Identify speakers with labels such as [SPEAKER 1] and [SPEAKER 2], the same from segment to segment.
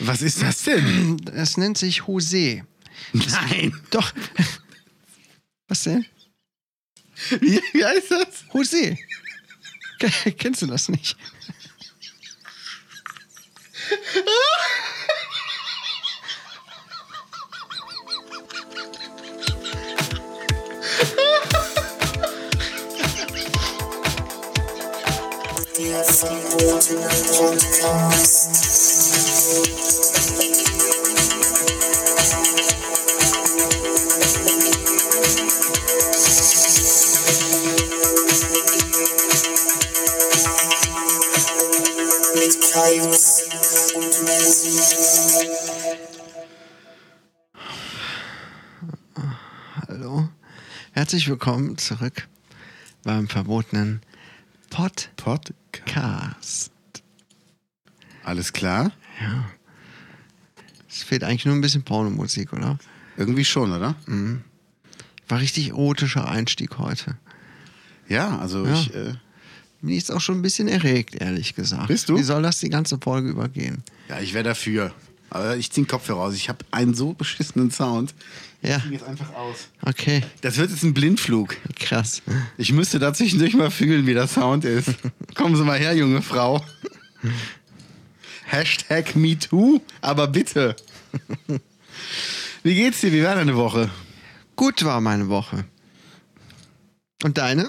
[SPEAKER 1] Was ist das denn?
[SPEAKER 2] Das nennt sich Jose.
[SPEAKER 1] Nein.
[SPEAKER 2] Doch. Was denn?
[SPEAKER 1] Wie, wie heißt das?
[SPEAKER 2] Jose. Ke- Kennst du das nicht? Hallo. Herzlich willkommen zurück beim verbotenen Podcast.
[SPEAKER 1] Podcast. Alles klar?
[SPEAKER 2] Ja. Es fehlt eigentlich nur ein bisschen Pornomusik, oder?
[SPEAKER 1] Irgendwie schon, oder?
[SPEAKER 2] War richtig erotischer Einstieg heute.
[SPEAKER 1] Ja, also
[SPEAKER 2] Ja.
[SPEAKER 1] ich. Äh,
[SPEAKER 2] Bin ich jetzt auch schon ein bisschen erregt, ehrlich gesagt.
[SPEAKER 1] Bist du?
[SPEAKER 2] Wie soll das die ganze Folge übergehen?
[SPEAKER 1] ja, ich wäre dafür. Aber ich ziehe den Kopfhörer raus. Ich habe einen so beschissenen Sound.
[SPEAKER 2] Ja.
[SPEAKER 1] Ich zieh jetzt einfach aus.
[SPEAKER 2] Okay,
[SPEAKER 1] Das wird jetzt ein Blindflug.
[SPEAKER 2] krass.
[SPEAKER 1] Ich müsste da zwischendurch mal fühlen, wie der Sound ist. Kommen Sie mal her, junge Frau. Hashtag MeToo, aber bitte. Wie geht's dir? Wie war deine Woche?
[SPEAKER 2] Gut war meine Woche. Und deine?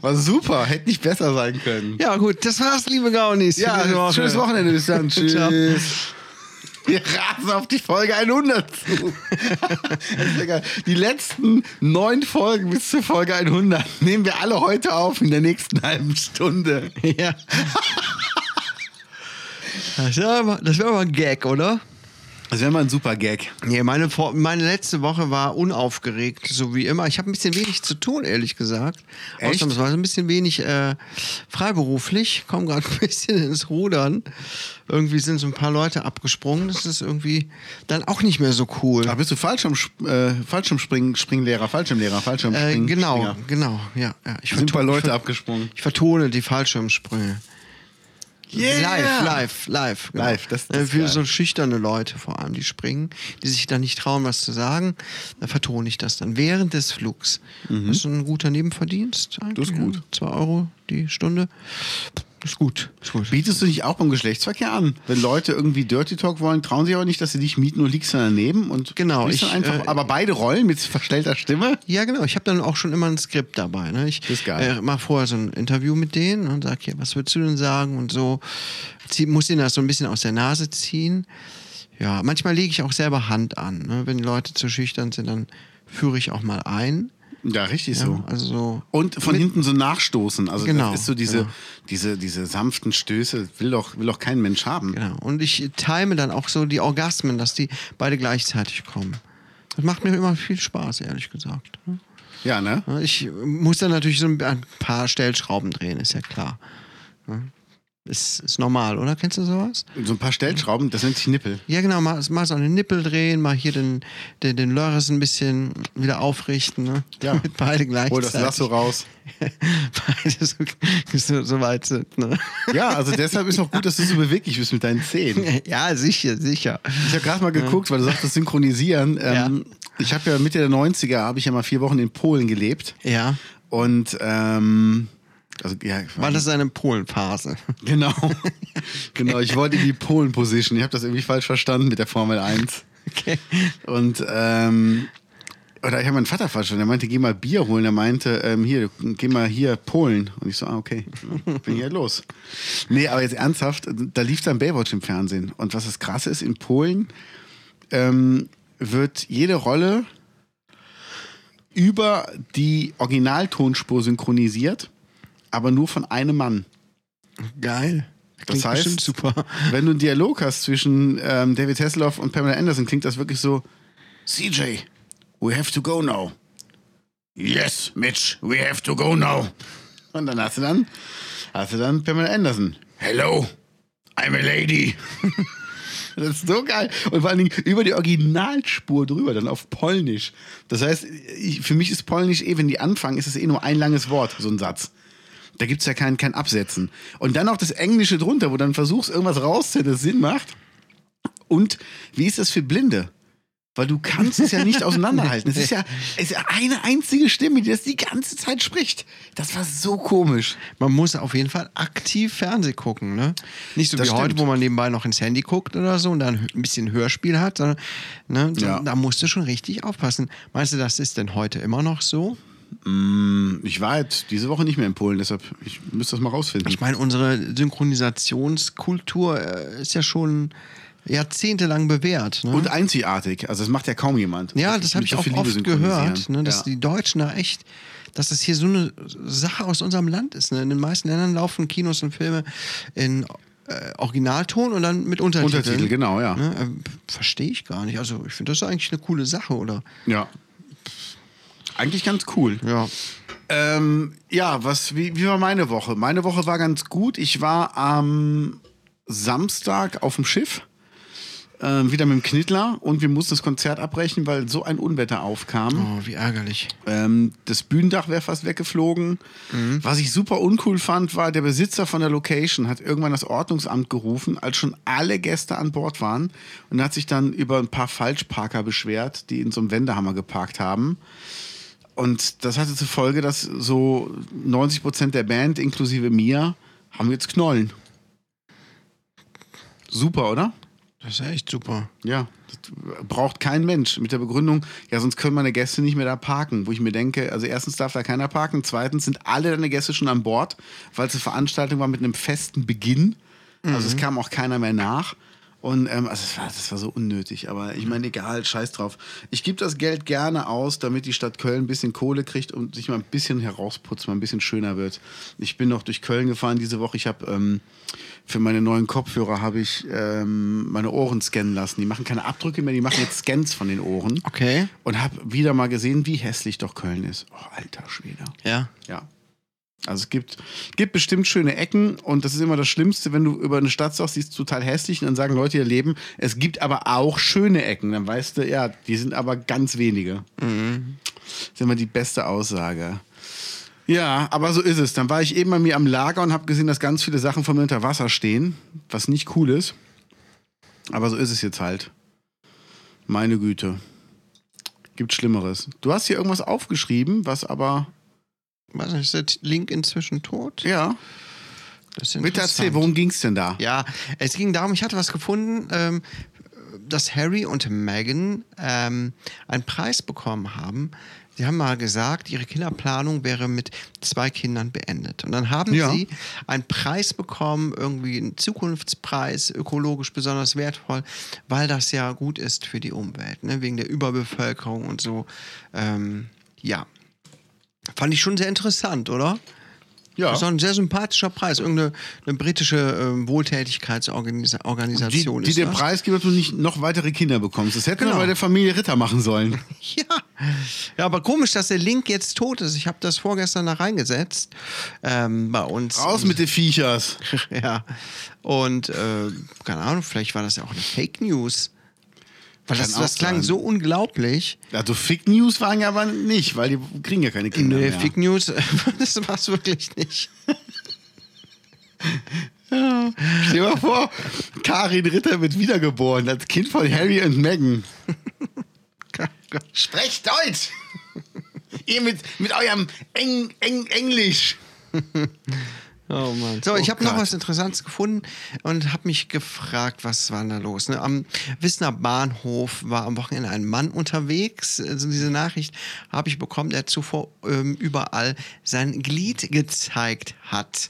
[SPEAKER 1] War super, hätte nicht besser sein können.
[SPEAKER 2] Ja, gut, das war's, liebe Gaunis. für
[SPEAKER 1] Ja,
[SPEAKER 2] diese Woche.
[SPEAKER 1] schönes Wochenende bis dann. Tschüss.
[SPEAKER 2] Ciao.
[SPEAKER 1] Wir rasen auf die Folge 100 zu. Das ist ja geil. die letzten neun Folgen bis zur Folge 100 nehmen wir alle heute auf in der nächsten halben Stunde.
[SPEAKER 2] Ja. Das wäre aber, das wär aber ein Gag, oder?
[SPEAKER 1] Das wäre mal ein super Gag.
[SPEAKER 2] Nee, meine, Vor- meine letzte Woche war unaufgeregt, so wie immer. Ich habe ein bisschen wenig zu tun, ehrlich gesagt.
[SPEAKER 1] Echt?
[SPEAKER 2] Ausnahmsweise ein bisschen wenig äh, freiberuflich. Komme gerade ein bisschen ins Rudern. Irgendwie sind so ein paar Leute abgesprungen. Das ist irgendwie dann auch nicht mehr so cool.
[SPEAKER 1] Ach, Ah, bist du Fallschirm, äh, Fallschirmspringen, Springlehrer, Fallschirmlehrer,
[SPEAKER 2] Äh,
[SPEAKER 1] Fallschirmspringen?
[SPEAKER 2] genau,
[SPEAKER 1] Springer.
[SPEAKER 2] genau, ja. ja. Ich,
[SPEAKER 1] Sind ein paar
[SPEAKER 2] vertu-
[SPEAKER 1] Leute
[SPEAKER 2] ich, ver-
[SPEAKER 1] abgesprungen.
[SPEAKER 2] ich vertone die Fallschirmsprünge.
[SPEAKER 1] Yeah!
[SPEAKER 2] Live, live, live. genau.
[SPEAKER 1] Live, das- das
[SPEAKER 2] Äh,
[SPEAKER 1] ist
[SPEAKER 2] Für
[SPEAKER 1] geil.
[SPEAKER 2] so schüchterne Leute vor allem, die springen, die sich dann nicht trauen, was zu sagen, da vertone ich das dann während des Flugs. Das ist ein guter Nebenverdienst.
[SPEAKER 1] Mhm. Das ist
[SPEAKER 2] eigentlich,
[SPEAKER 1] gut.
[SPEAKER 2] ja. Zwei Euro die Stunde. Ist gut. Ist gut.
[SPEAKER 1] Bietest du dich auch beim Geschlechtsverkehr an? Wenn Leute irgendwie Dirty Talk wollen, trauen sie aber nicht, dass sie dich mieten und liegst dann daneben und
[SPEAKER 2] Genau,
[SPEAKER 1] liegst dann
[SPEAKER 2] ich,
[SPEAKER 1] einfach,
[SPEAKER 2] äh,
[SPEAKER 1] aber beide rollen mit verstellter Stimme.
[SPEAKER 2] Ja, genau. Ich habe dann auch schon immer ein Skript dabei. Ne? Ich
[SPEAKER 1] ist geil.
[SPEAKER 2] äh, mache vorher so ein Interview mit denen und sage, hier, was würdest du denn sagen und so. Zieh, muss ihnen das so ein bisschen aus der Nase ziehen. Ja, manchmal lege ich auch selber Hand an. Ne? Wenn die Leute zu schüchtern sind, dann führe ich auch mal ein.
[SPEAKER 1] Ja, richtig
[SPEAKER 2] Ja,
[SPEAKER 1] so.
[SPEAKER 2] Also so.
[SPEAKER 1] Und von hinten so nachstoßen. Also
[SPEAKER 2] Genau,
[SPEAKER 1] das ist so diese,
[SPEAKER 2] genau.
[SPEAKER 1] diese, diese sanften Stöße, will doch, will doch kein Mensch haben.
[SPEAKER 2] Genau. Und ich time dann auch so die Orgasmen, dass die beide gleichzeitig kommen. Das macht mir immer viel Spaß, ehrlich gesagt. ne?
[SPEAKER 1] Ja, ne?
[SPEAKER 2] Ja, Ich muss dann natürlich so ein paar Stellschrauben drehen, ist ja klar. Ja. Ist, ist normal, oder? Kennst du sowas?
[SPEAKER 1] So ein paar Stellschrauben, das nennt sich Nippel.
[SPEAKER 2] Ja, genau, mal, mal so an den Nippel drehen, mal hier den, den, den Lörres ein bisschen wieder aufrichten. Ne?
[SPEAKER 1] Ja.
[SPEAKER 2] Mit beide gleichzeitig.
[SPEAKER 1] Hol das Lasso raus.
[SPEAKER 2] beide so, so, so weit sind. Ne?
[SPEAKER 1] Ja, also deshalb ist auch gut, dass du so beweglich bist mit deinen Zehen.
[SPEAKER 2] Ja, sicher, sicher.
[SPEAKER 1] Ich habe gerade mal geguckt, weil du sagst, das Synchronisieren. Ähm, Ich habe ja Mitte der 90er, habe ich ja mal vier Wochen in Polen gelebt.
[SPEAKER 2] Ja.
[SPEAKER 1] Und ähm, also ja, ich
[SPEAKER 2] War das eine Polenphase?
[SPEAKER 1] genau. genau, ich wollte in die Polen-Position. Ich habe das irgendwie falsch verstanden mit der Formel 1.
[SPEAKER 2] Okay.
[SPEAKER 1] Und ähm, oder ich habe meinen Vater falsch verstanden. Der meinte, geh mal Bier holen. Er meinte, ähm, hier, geh mal hier Polen. Und ich so, ah, okay, bin hier los. Nee, aber jetzt ernsthaft, da lief dann Baywatch im Fernsehen. Und was das Krasse ist, in Polen ähm, wird jede Rolle über die Originaltonspur synchronisiert, aber nur von einem Mann.
[SPEAKER 2] Geil. Klingt
[SPEAKER 1] heißt-
[SPEAKER 2] bestimmt super.
[SPEAKER 1] Wenn du einen Dialog hast zwischen ähm, David Hasselhoff und Pamela Anderson, klingt das wirklich so: CJ, we have to go now. Yes, Mitch, we have to go now. Und dann hast du dann, hast du dann Pamela Anderson. Hello, I'm a lady. Das ist so geil. Und vor allen Dingen über die Originalspur drüber, dann auf Polnisch. Das heißt, ich, für mich ist Polnisch eh, wenn die anfangen, ist es eh nur ein langes Wort, so ein Satz. Da gibt es ja kein, kein Absetzen. Und dann noch das Englische drunter, wo dann versuchst, irgendwas rauszuhören, das Sinn macht. Und wie ist das für Blinde? Weil du kannst es ja nicht auseinanderhalten. Es ist ja, es ist ja eine einzige Stimme, die das die ganze Zeit spricht. Das war so komisch.
[SPEAKER 2] Man muss auf jeden Fall aktiv Fernsehen gucken, ne? Nicht so
[SPEAKER 1] Das
[SPEAKER 2] wie heute,
[SPEAKER 1] stimmt.
[SPEAKER 2] wo man nebenbei noch ins Handy guckt oder so und dann ein bisschen Hörspiel hat, sondern ne, so,
[SPEAKER 1] Ja.
[SPEAKER 2] da musst du schon richtig aufpassen. Meinst du, das ist denn heute immer noch so?
[SPEAKER 1] Mm, Ich war jetzt diese Woche nicht mehr in Polen, deshalb ich müsste das mal rausfinden.
[SPEAKER 2] Ich meine, unsere Synchronisationskultur äh, ist ja schon jahrzehntelang bewährt. Ne?
[SPEAKER 1] Und einzigartig. Also das macht ja kaum jemand.
[SPEAKER 2] Ja,
[SPEAKER 1] Wirklich
[SPEAKER 2] das habe
[SPEAKER 1] mit
[SPEAKER 2] ich
[SPEAKER 1] so
[SPEAKER 2] auch
[SPEAKER 1] viel Liebe
[SPEAKER 2] oft
[SPEAKER 1] synchronisieren.
[SPEAKER 2] gehört, ne, dass
[SPEAKER 1] ja.
[SPEAKER 2] die Deutschen da echt, dass das hier so eine Sache aus unserem Land ist. Ne? In den meisten Ländern laufen Kinos und Filme in äh, Originalton und dann mit Untertiteln.
[SPEAKER 1] Untertitel, genau, ja.
[SPEAKER 2] Ne? Ähm, Verstehe ich gar nicht. Also ich finde das eigentlich eine coole Sache, oder?
[SPEAKER 1] Ja. Eigentlich ganz cool.
[SPEAKER 2] Ja.
[SPEAKER 1] Ähm, ja, was, wie, wie war meine Woche? Meine Woche war ganz gut. Ich war am Samstag auf dem Schiff, ähm, wieder mit dem Knittler und wir mussten das Konzert abbrechen, weil so ein Unwetter aufkam.
[SPEAKER 2] Oh, wie ärgerlich.
[SPEAKER 1] Ähm, das Bühnendach wäre fast weggeflogen. Was ich super uncool fand, war, der Besitzer von der Location hat irgendwann das Ordnungsamt gerufen, als schon alle Gäste an Bord waren und hat sich dann über ein paar Falschparker beschwert, die in so einem Wendehammer geparkt haben. Und das hatte zur Folge, dass so 90 Prozent der Band, inklusive mir, haben jetzt Knollen. Super, oder?
[SPEAKER 2] Das ist echt super.
[SPEAKER 1] Ja, das braucht kein Mensch mit der Begründung, ja, sonst können meine Gäste nicht mehr da parken. Wo ich mir denke, also erstens darf da keiner parken, zweitens sind alle deine Gäste schon an Bord, weil es eine Veranstaltung war mit einem festen Beginn. Also es kam auch keiner mehr nach. Und ähm, also das, war, das war so unnötig, aber ich meine, egal, scheiß drauf. Ich gebe das Geld gerne aus, damit die Stadt Köln ein bisschen Kohle kriegt und sich mal ein bisschen herausputzt, mal ein bisschen schöner wird. Ich bin noch durch Köln gefahren diese Woche. Ich habe ähm, für meine neuen Kopfhörer habe ich ähm, meine Ohren scannen lassen. Die machen keine Abdrücke mehr, die machen jetzt Scans von den Ohren.
[SPEAKER 2] Okay.
[SPEAKER 1] Und habe wieder mal gesehen, wie hässlich doch Köln ist. Oh, alter Schwede.
[SPEAKER 2] Ja.
[SPEAKER 1] Ja. Also es gibt, gibt bestimmt schöne Ecken und das ist immer das Schlimmste, wenn du über eine Stadt sagst, die ist total hässlich und dann sagen Leute ihr Leben, es gibt aber auch schöne Ecken. Dann weißt du, ja, die sind aber ganz wenige. Das ist immer die beste Aussage. Ja, aber so ist es. Dann war ich eben bei mir am Lager und habe gesehen, dass ganz viele Sachen von mir unter Wasser stehen, was nicht cool ist. Aber so ist es jetzt halt. Meine Güte. Gibt Schlimmeres. Du hast hier irgendwas aufgeschrieben, was aber...
[SPEAKER 2] Was ist der Link inzwischen tot?
[SPEAKER 1] Ja,
[SPEAKER 2] Das ist
[SPEAKER 1] Bitte erzähl,
[SPEAKER 2] interessant.
[SPEAKER 1] worum ging's denn da?
[SPEAKER 2] Ja, es ging darum, ich hatte was gefunden, ähm, dass Harry und Meghan ähm, einen Preis bekommen haben. Sie haben mal gesagt, ihre Kinderplanung wäre mit zwei Kindern beendet. Und dann haben
[SPEAKER 1] Ja.
[SPEAKER 2] sie einen Preis bekommen, irgendwie einen Zukunftspreis, ökologisch besonders wertvoll, weil das ja gut ist für die Umwelt, ne? wegen der Überbevölkerung und so. Ähm, ja. Fand ich schon sehr interessant, oder?
[SPEAKER 1] Ja,
[SPEAKER 2] Das ist auch ein sehr sympathischer Preis. Irgendeine eine britische ähm,
[SPEAKER 1] die,
[SPEAKER 2] Wohltätigkeitsorganisation
[SPEAKER 1] die
[SPEAKER 2] ist
[SPEAKER 1] den
[SPEAKER 2] das.
[SPEAKER 1] Preis gibt, dass du nicht noch weitere Kinder bekommst. Das hätten wir
[SPEAKER 2] Genau.
[SPEAKER 1] bei der Familie Ritter machen sollen.
[SPEAKER 2] Ja. ja, aber komisch, dass der Link jetzt tot ist. Ich habe das vorgestern da reingesetzt ähm, bei uns.
[SPEAKER 1] Raus mit den Viechers.
[SPEAKER 2] ja. Und äh, keine Ahnung, vielleicht war das ja auch eine Fake News. Weil das,
[SPEAKER 1] Kann auch
[SPEAKER 2] das klang
[SPEAKER 1] sein.
[SPEAKER 2] so unglaublich.
[SPEAKER 1] Also Fake News waren ja aber nicht, weil die kriegen ja keine Kinder
[SPEAKER 2] Nee,
[SPEAKER 1] mehr.
[SPEAKER 2] Fake News, das war's wirklich nicht.
[SPEAKER 1] Stell dir mal vor, Karin Ritter wird wiedergeboren als Kind von Harry und Meghan. Sprecht Deutsch! Ihr mit, mit eurem Eng, Eng, Englisch.
[SPEAKER 2] Oh Mann. So, ich
[SPEAKER 1] Oh
[SPEAKER 2] habe noch
[SPEAKER 1] Gott.
[SPEAKER 2] was Interessantes gefunden und habe mich gefragt, was war denn da los? Ne? Am Wissener Bahnhof war am Wochenende ein Mann unterwegs. Also diese Nachricht habe ich bekommen, der zuvor ähm, überall sein Glied gezeigt hat.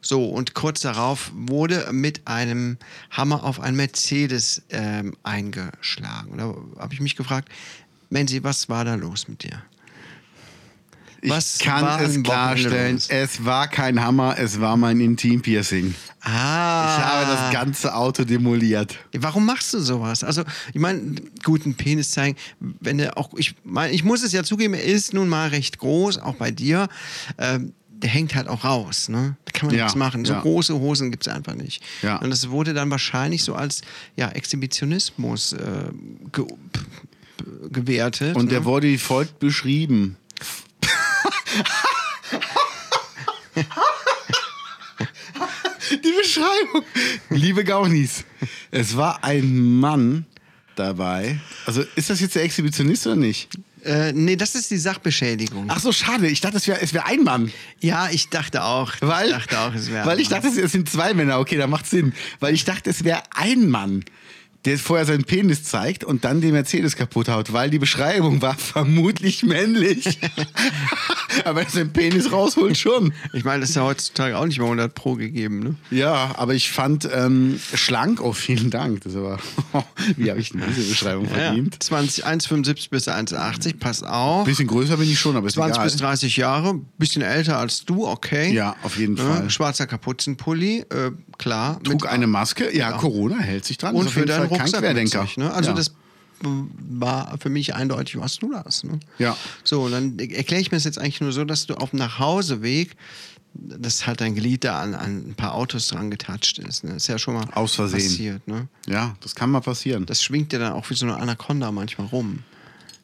[SPEAKER 2] So, und kurz darauf wurde mit einem Hammer auf einen Mercedes ähm, eingeschlagen. Und Da habe ich mich gefragt, Menzi, was war da los mit dir?
[SPEAKER 1] Ich
[SPEAKER 2] Was war
[SPEAKER 1] kann
[SPEAKER 2] am
[SPEAKER 1] es
[SPEAKER 2] Wochenende
[SPEAKER 1] klarstellen,
[SPEAKER 2] los?
[SPEAKER 1] es war kein Hammer, es war mein Intimpiercing.
[SPEAKER 2] Ah,
[SPEAKER 1] Ich habe das ganze Auto demoliert.
[SPEAKER 2] Warum machst du sowas? Also, ich meine, guten Penis zeigen, wenn er auch, ich meine, ich muss es ja zugeben, er ist nun mal recht groß, auch bei dir. Ähm, der hängt halt auch raus, ne? Da kann man
[SPEAKER 1] Ja,
[SPEAKER 2] nichts machen. So
[SPEAKER 1] ja.
[SPEAKER 2] große Hosen gibt es einfach nicht.
[SPEAKER 1] Ja.
[SPEAKER 2] Und das wurde dann wahrscheinlich so als ja, Exhibitionismus äh, ge p- p- gewertet.
[SPEAKER 1] Und
[SPEAKER 2] ne?
[SPEAKER 1] der wurde wie folgt beschrieben. Beschreibung. Liebe Gaunis, es war ein Mann dabei. Also ist das jetzt der Exhibitionist oder nicht?
[SPEAKER 2] Äh, nee, das ist die Sachbeschädigung.
[SPEAKER 1] Ach so, schade. Ich dachte, es wäre es wär ein Mann.
[SPEAKER 2] Ja, ich dachte auch.
[SPEAKER 1] Weil,
[SPEAKER 2] ich dachte auch, es wäre.
[SPEAKER 1] weil ich dachte, es es sind zwei Männer. Okay, da macht Sinn. Weil ich dachte, es wäre ein Mann, der vorher seinen Penis zeigt und dann den Mercedes kaputt haut. Weil die Beschreibung war vermutlich männlich. aber er seinen Penis rausholt schon.
[SPEAKER 2] Ich meine, das ist ja heutzutage auch nicht mehr 100 Pro gegeben, ne?
[SPEAKER 1] Ja, aber ich fand ähm, schlank. Oh, vielen Dank. Das war, wie habe ich denn diese Beschreibung verdient?
[SPEAKER 2] 20, 1,75 bis 1,80, pass auf.
[SPEAKER 1] Bisschen größer bin ich schon, aber ist
[SPEAKER 2] 20
[SPEAKER 1] egal.
[SPEAKER 2] bis 30 Jahre, bisschen älter als du, okay.
[SPEAKER 1] Ja, auf jeden
[SPEAKER 2] Ne?
[SPEAKER 1] Fall.
[SPEAKER 2] Schwarzer Kapuzenpulli, äh, klar.
[SPEAKER 1] Trug eine Maske. Ja, Corona hält sich dran.
[SPEAKER 2] und
[SPEAKER 1] Ist auf
[SPEAKER 2] für
[SPEAKER 1] jeden
[SPEAKER 2] deinen
[SPEAKER 1] Fall kein
[SPEAKER 2] Rucksack. mit
[SPEAKER 1] Querdenker.
[SPEAKER 2] sich, ne? Also
[SPEAKER 1] ja.
[SPEAKER 2] das war für mich eindeutig, was du das. Ne?
[SPEAKER 1] Ja.
[SPEAKER 2] So, dann erkläre ich mir das jetzt eigentlich nur so, dass du auf dem Nachhauseweg, dass halt dein Glied da an, an ein paar Autos dran getatscht ist. Ne? Das ist ja schon mal
[SPEAKER 1] Aus Versehen.
[SPEAKER 2] passiert. Ne?
[SPEAKER 1] Ja, das kann mal passieren.
[SPEAKER 2] Das schwingt dir dann auch wie so eine Anaconda manchmal rum.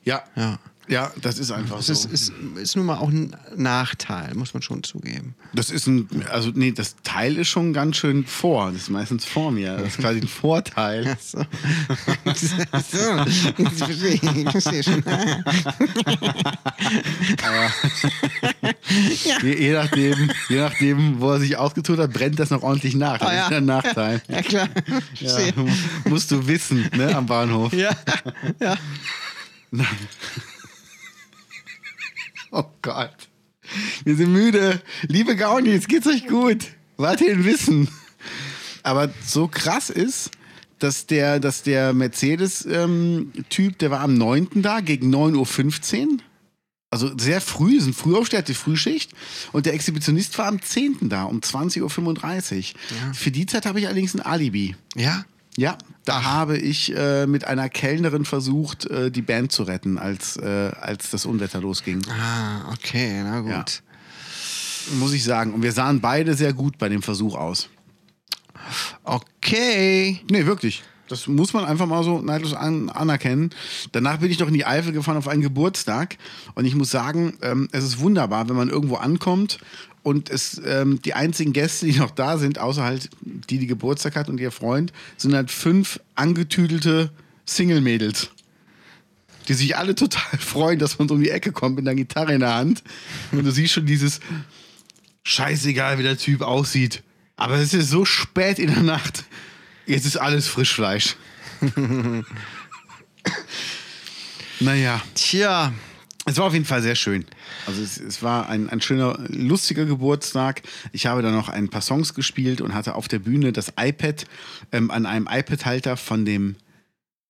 [SPEAKER 1] ja.
[SPEAKER 2] Ja.
[SPEAKER 1] ja, das ist einfach
[SPEAKER 2] Das
[SPEAKER 1] so.
[SPEAKER 2] ist, ist, ist nun mal auch ein Nachteil, muss man schon zugeben.
[SPEAKER 1] das ist ein, also nee, das Teil ist schon ganz schön vor. Das ist meistens vor mir. Das ist quasi ein Vorteil.
[SPEAKER 2] So. so. Ich verstehe, ich verstehe schon.
[SPEAKER 1] Je, je, nachdem, je nachdem, wo er sich ausgetut hat, brennt das noch ordentlich nach. Das
[SPEAKER 2] Ah, ja.
[SPEAKER 1] ist der Nachteil.
[SPEAKER 2] Ja, klar.
[SPEAKER 1] Ja,
[SPEAKER 2] Verstehe.
[SPEAKER 1] musst du wissen, ne, am Bahnhof.
[SPEAKER 2] Ja. ja.
[SPEAKER 1] Oh Gott. Wir sind müde. Liebe Gaunis, geht's euch gut? Weiterhin wissen. Aber so krass ist, dass der, dass der Mercedes-Typ, der war am 9. da, gegen 9.15 Uhr. Also sehr früh, sind früh aufsteher, hat die Frühschicht. Und der Exhibitionist war am 10. da, um 20.35 Uhr. Für die Zeit habe ich allerdings ein Alibi.
[SPEAKER 2] Ja.
[SPEAKER 1] Ja, da habe ich äh, mit einer Kellnerin versucht, äh, die Band zu retten, als, äh, als das Unwetter losging.
[SPEAKER 2] Ah, okay, na gut.
[SPEAKER 1] Muss ich sagen. Und wir sahen beide sehr gut bei dem Versuch aus.
[SPEAKER 2] Okay.
[SPEAKER 1] Nee, wirklich. Das muss man einfach mal so neidlos an, anerkennen. Danach bin ich noch in die Eifel gefahren auf einen Geburtstag. Und ich muss sagen, ähm, es ist wunderbar, wenn man irgendwo ankommt und es, ähm, die einzigen Gäste, die noch da sind, außer halt die, die Geburtstag hat und ihr Freund, sind halt fünf angetüdelte Single-Mädels. die sich alle total freuen, dass man so um die Ecke kommt mit einer Gitarre in der Hand. Und du siehst schon dieses Scheißegal, wie der Typ aussieht. Aber es ist so spät in der Nacht. Jetzt ist alles Frischfleisch. naja,
[SPEAKER 2] Tja.
[SPEAKER 1] es war auf jeden Fall sehr schön. Also es, es war ein, ein schöner, lustiger Geburtstag. Ich habe dann noch ein paar Songs gespielt und hatte auf der Bühne das iPad ähm, an einem iPad-Halter von dem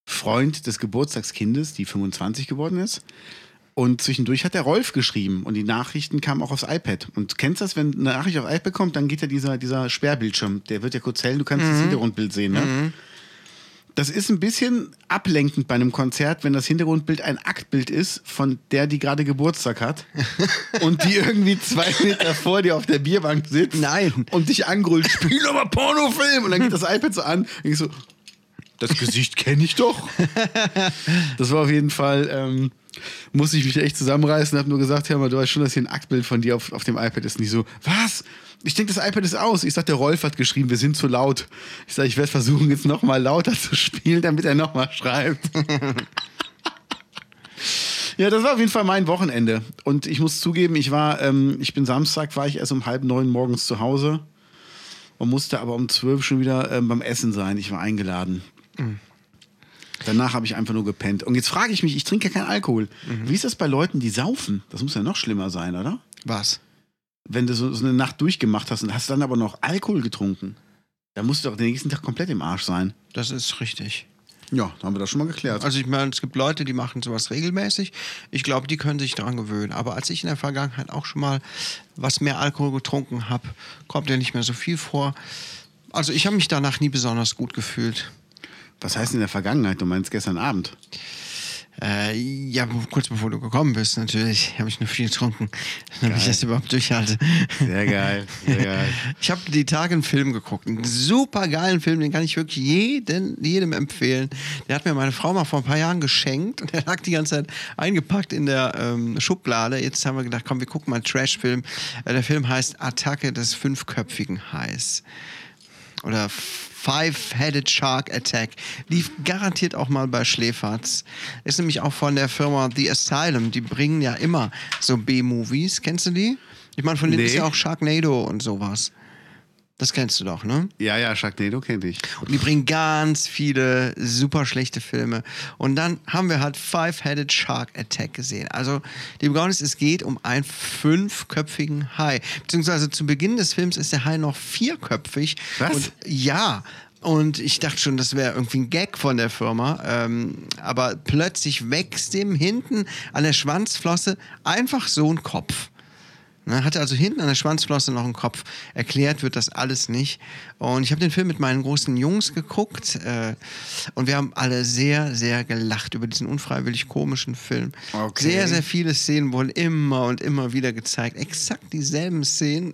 [SPEAKER 1] Freund des Geburtstagskindes, die 25 geworden ist. Und zwischendurch hat der Rolf geschrieben und die Nachrichten kamen auch aufs iPad. Und du kennst das, wenn eine Nachricht auf iPad kommt, dann geht ja dieser, dieser Sperrbildschirm. Der wird ja kurz hell, du kannst das Hintergrundbild sehen. Ne? Das ist ein bisschen ablenkend bei einem Konzert, wenn das Hintergrundbild ein Aktbild ist von der, die gerade Geburtstag hat und die irgendwie zwei Meter vor dir auf der Bierbank sitzt
[SPEAKER 2] Nein.
[SPEAKER 1] und dich angrüllt, spiel doch mal Pornofilm! Und dann geht das iPad so an und ich so, das Gesicht kenne ich doch. Das war auf jeden Fall, ähm, muss ich mich echt zusammenreißen, habe nur gesagt, hör mal, du weißt schon, dass hier ein Aktbild von dir auf, auf dem iPad ist. Nicht so, was? Ich denke, das iPad ist aus. Ich sag, der Rolf hat geschrieben, wir sind zu laut. Ich sag, ich werde versuchen, jetzt nochmal lauter zu spielen, damit er nochmal schreibt. Ja, das war auf jeden Fall mein Wochenende. Und ich muss zugeben, ich war, ähm, ich bin Samstag, war ich erst um halb neun morgens zu Hause und musste aber um zwölf schon wieder ähm, beim Essen sein. Ich war eingeladen. Danach habe ich einfach nur gepennt. Und jetzt frage ich mich, ich trinke ja keinen Alkohol. Wie ist das bei Leuten, die saufen? Das muss ja noch schlimmer sein, oder?
[SPEAKER 2] Was?
[SPEAKER 1] Wenn du so, so eine Nacht durchgemacht hast und hast dann aber noch Alkohol getrunken, dann musst du doch den nächsten Tag komplett im Arsch sein.
[SPEAKER 2] Das ist richtig.
[SPEAKER 1] Ja, da haben wir das schon mal geklärt.
[SPEAKER 2] Also ich meine, es gibt Leute, die machen sowas regelmäßig. Ich glaube, die können sich dran gewöhnen. Aber als ich in der Vergangenheit auch schon mal was mehr Alkohol getrunken habe, kommt ja nicht mehr so viel vor. Also ich habe mich danach nie besonders gut gefühlt.
[SPEAKER 1] Was heißt in der Vergangenheit? Du meinst gestern Abend?
[SPEAKER 2] Äh, ja, kurz bevor du gekommen bist, natürlich, habe ich nur viel getrunken, damit ich das überhaupt durchhalte.
[SPEAKER 1] Sehr geil, sehr geil.
[SPEAKER 2] Ich habe die Tage einen Film geguckt, einen super geilen Film, den kann ich wirklich jeden, jedem empfehlen. Der hat mir meine Frau mal vor ein paar Jahren geschenkt und der lag die ganze Zeit eingepackt in der ähm, Schublade. Jetzt haben wir gedacht, komm, wir gucken mal einen Trash-Film. Äh, der Film heißt Attacke des fünfköpfigen Hais. oder Five-Headed Shark Attack lief garantiert auch mal bei Schläferz. Ist nämlich auch von der Firma The Asylum. Die bringen ja immer so B-Movies. Kennst du die? Ich meine, von denen
[SPEAKER 1] Nee.
[SPEAKER 2] ist ja auch Sharknado und sowas. Das kennst du doch, ne?
[SPEAKER 1] Ja, ja, Sharknado kenne ich.
[SPEAKER 2] Und die bringen ganz viele super schlechte Filme. Und dann haben wir halt Five-Headed Shark Attack gesehen. Also, liebe Gaunis, es geht um einen fünfköpfigen Hai. Beziehungsweise zu Beginn des Films ist der Hai noch vierköpfig.
[SPEAKER 1] Was?
[SPEAKER 2] Und ja. Und ich dachte schon, das wäre irgendwie ein Gag von der Firma. Ähm, aber plötzlich wächst dem hinten an der Schwanzflosse einfach so ein Kopf. Ne, hatte also hinten an der Schwanzflosse noch einen Kopf. Erklärt wird das alles nicht. Und ich habe den Film mit meinen großen Jungs geguckt äh, und wir haben alle sehr, sehr gelacht über diesen unfreiwillig komischen Film.
[SPEAKER 1] Okay.
[SPEAKER 2] Sehr, sehr viele Szenen wurden immer und immer wieder gezeigt. Exakt dieselben Szenen.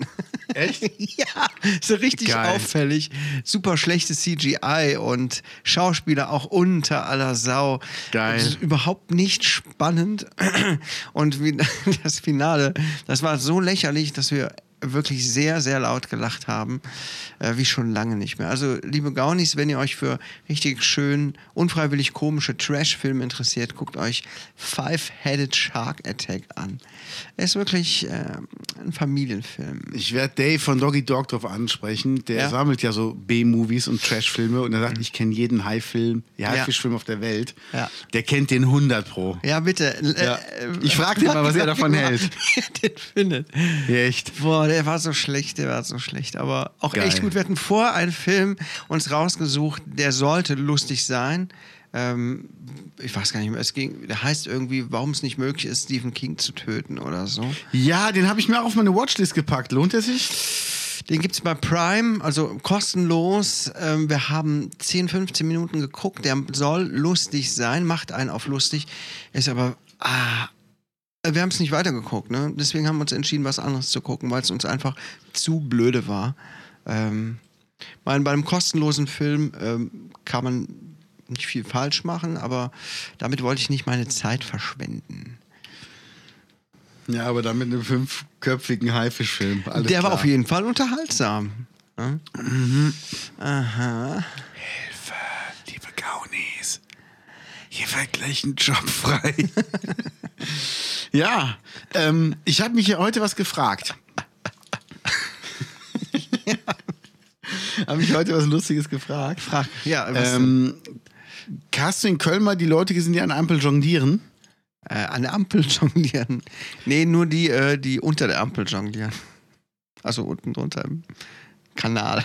[SPEAKER 1] Echt?
[SPEAKER 2] ja, so richtig
[SPEAKER 1] Geil.
[SPEAKER 2] auffällig. Super schlechtes CGI und Schauspieler auch unter aller Sau.
[SPEAKER 1] Geil.
[SPEAKER 2] Das ist Überhaupt nicht spannend. Und wie, das Finale, das war so lächerlich, dass wir wirklich sehr, sehr laut gelacht haben, äh, wie schon lange nicht mehr. Also, liebe Gaunis, wenn ihr euch für richtig schön, unfreiwillig komische Trash-Filme interessiert, guckt euch Five-Headed Shark Attack an. Er ist wirklich äh, ein Familienfilm.
[SPEAKER 1] Ich werde Dave von Doggy Dog drauf ansprechen. Der
[SPEAKER 2] Ja.
[SPEAKER 1] sammelt ja so B-Movies und Trash-Filme und er sagt, ich kenne jeden Hai-Film, ja, Haifischfilm auf der Welt.
[SPEAKER 2] Ja.
[SPEAKER 1] Der kennt den 100 pro.
[SPEAKER 2] Ja, bitte.
[SPEAKER 1] Ja.
[SPEAKER 2] Äh,
[SPEAKER 1] Ich frag den mal, was er
[SPEAKER 2] sag
[SPEAKER 1] davon
[SPEAKER 2] mir
[SPEAKER 1] hält.
[SPEAKER 2] Wie er den findet.
[SPEAKER 1] Echt?
[SPEAKER 2] Boah, der war so schlecht, der war so schlecht. Aber auch
[SPEAKER 1] Geil.
[SPEAKER 2] echt gut. Wir hatten vor einen Film uns rausgesucht, der sollte lustig sein. Ähm, ich weiß gar nicht mehr, es ging, der heißt irgendwie, warum es nicht möglich ist, Stephen King zu töten oder so.
[SPEAKER 1] Ja, den habe ich mir auch auf meine Watchlist gepackt. Lohnt er sich?
[SPEAKER 2] Den gibt es bei Prime, also kostenlos. Ähm, wir haben 10, 15 Minuten geguckt. Der soll lustig sein, macht einen auf lustig. Ist aber. Ah, wir haben es nicht weitergeguckt, ne? Deswegen haben wir uns entschieden, was anderes zu gucken, weil es uns einfach zu blöde war. Ähm, mein, bei einem kostenlosen Film ähm, kann man nicht viel falsch machen, aber damit wollte ich nicht meine Zeit verschwenden.
[SPEAKER 1] Ja, aber dann mit einem fünfköpfigen Haifischfilm. Alles
[SPEAKER 2] Der
[SPEAKER 1] klar.
[SPEAKER 2] war auf jeden Fall unterhaltsam. ne? Aha.
[SPEAKER 1] Liebe Gaunis, hier wird gleich ein Job frei. ja, ähm, ich habe mich hier heute was gefragt. habe mich heute was Lustiges gefragt.
[SPEAKER 2] Frag, ja, was denn?
[SPEAKER 1] Ähm, hast du in Köln mal die Leute gesehen, die an der Ampel jonglieren?
[SPEAKER 2] Äh, an der Ampel jonglieren. Nee, nur die, äh, die unter der Ampel jonglieren. Also unten drunter im Kanal.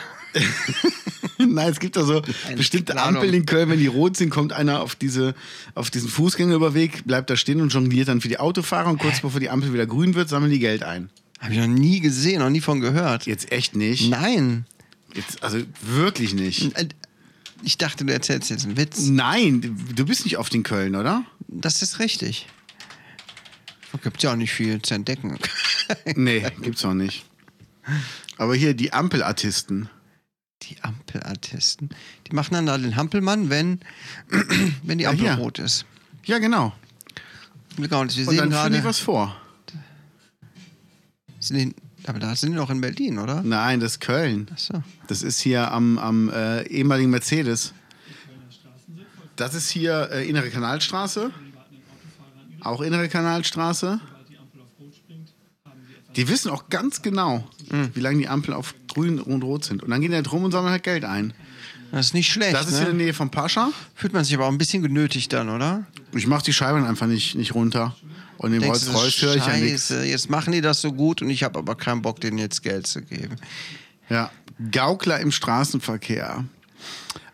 [SPEAKER 1] Nein, es gibt da so bestimmte
[SPEAKER 2] keine Ahnung.
[SPEAKER 1] Ampeln in Köln, wenn die rot sind, kommt einer auf, diese, auf diesen Fußgängerüberweg, bleibt da stehen und jongliert dann für die Autofahrer und kurz bevor die Ampel wieder grün wird, sammeln die Geld ein.
[SPEAKER 2] Habe ich noch nie gesehen, noch nie von gehört.
[SPEAKER 1] Jetzt echt nicht.
[SPEAKER 2] Nein.
[SPEAKER 1] Jetzt, also wirklich nicht.
[SPEAKER 2] Äh, Ich dachte, du erzählst jetzt einen Witz.
[SPEAKER 1] Nein, du bist nicht oft in Köln, oder?
[SPEAKER 2] Das ist richtig. Gibt ja auch nicht viel zu entdecken.
[SPEAKER 1] Nee, gibt's noch nicht. Aber hier die Ampelartisten.
[SPEAKER 2] Die Ampelartisten. Die machen dann da den Hampelmann, wenn, wenn die Ampel
[SPEAKER 1] hier.
[SPEAKER 2] rot ist.
[SPEAKER 1] Ja, genau.
[SPEAKER 2] Wir sehen
[SPEAKER 1] Und dann finde ich
[SPEAKER 2] gerade.
[SPEAKER 1] was vor.
[SPEAKER 2] sind die- Aber da sind die doch in Berlin, oder?
[SPEAKER 1] Nein, das ist Köln.
[SPEAKER 2] Achso.
[SPEAKER 1] Das ist hier am, am äh, ehemaligen Mercedes. Das ist hier äh, Innere Kanalstraße. Auch Innere Kanalstraße. Die wissen auch ganz genau,
[SPEAKER 2] Mhm.
[SPEAKER 1] wie lange die Ampeln auf grün und rot sind. Und dann gehen die halt rum und sammeln halt Geld ein.
[SPEAKER 2] Das ist nicht schlecht.
[SPEAKER 1] Das ist hier
[SPEAKER 2] ne?
[SPEAKER 1] in der Nähe von Pascha.
[SPEAKER 2] Fühlt man sich aber auch ein bisschen genötigt dann, oder?
[SPEAKER 1] Ich mach die Scheiben einfach nicht, nicht runter. Und im
[SPEAKER 2] Denkst du, das
[SPEAKER 1] Rolls-Royce
[SPEAKER 2] ist
[SPEAKER 1] höre ich ja nichts.
[SPEAKER 2] Scheiße, jetzt machen die das so gut und ich habe aber keinen Bock, denen jetzt Geld zu geben.
[SPEAKER 1] Ja, Gaukler im Straßenverkehr.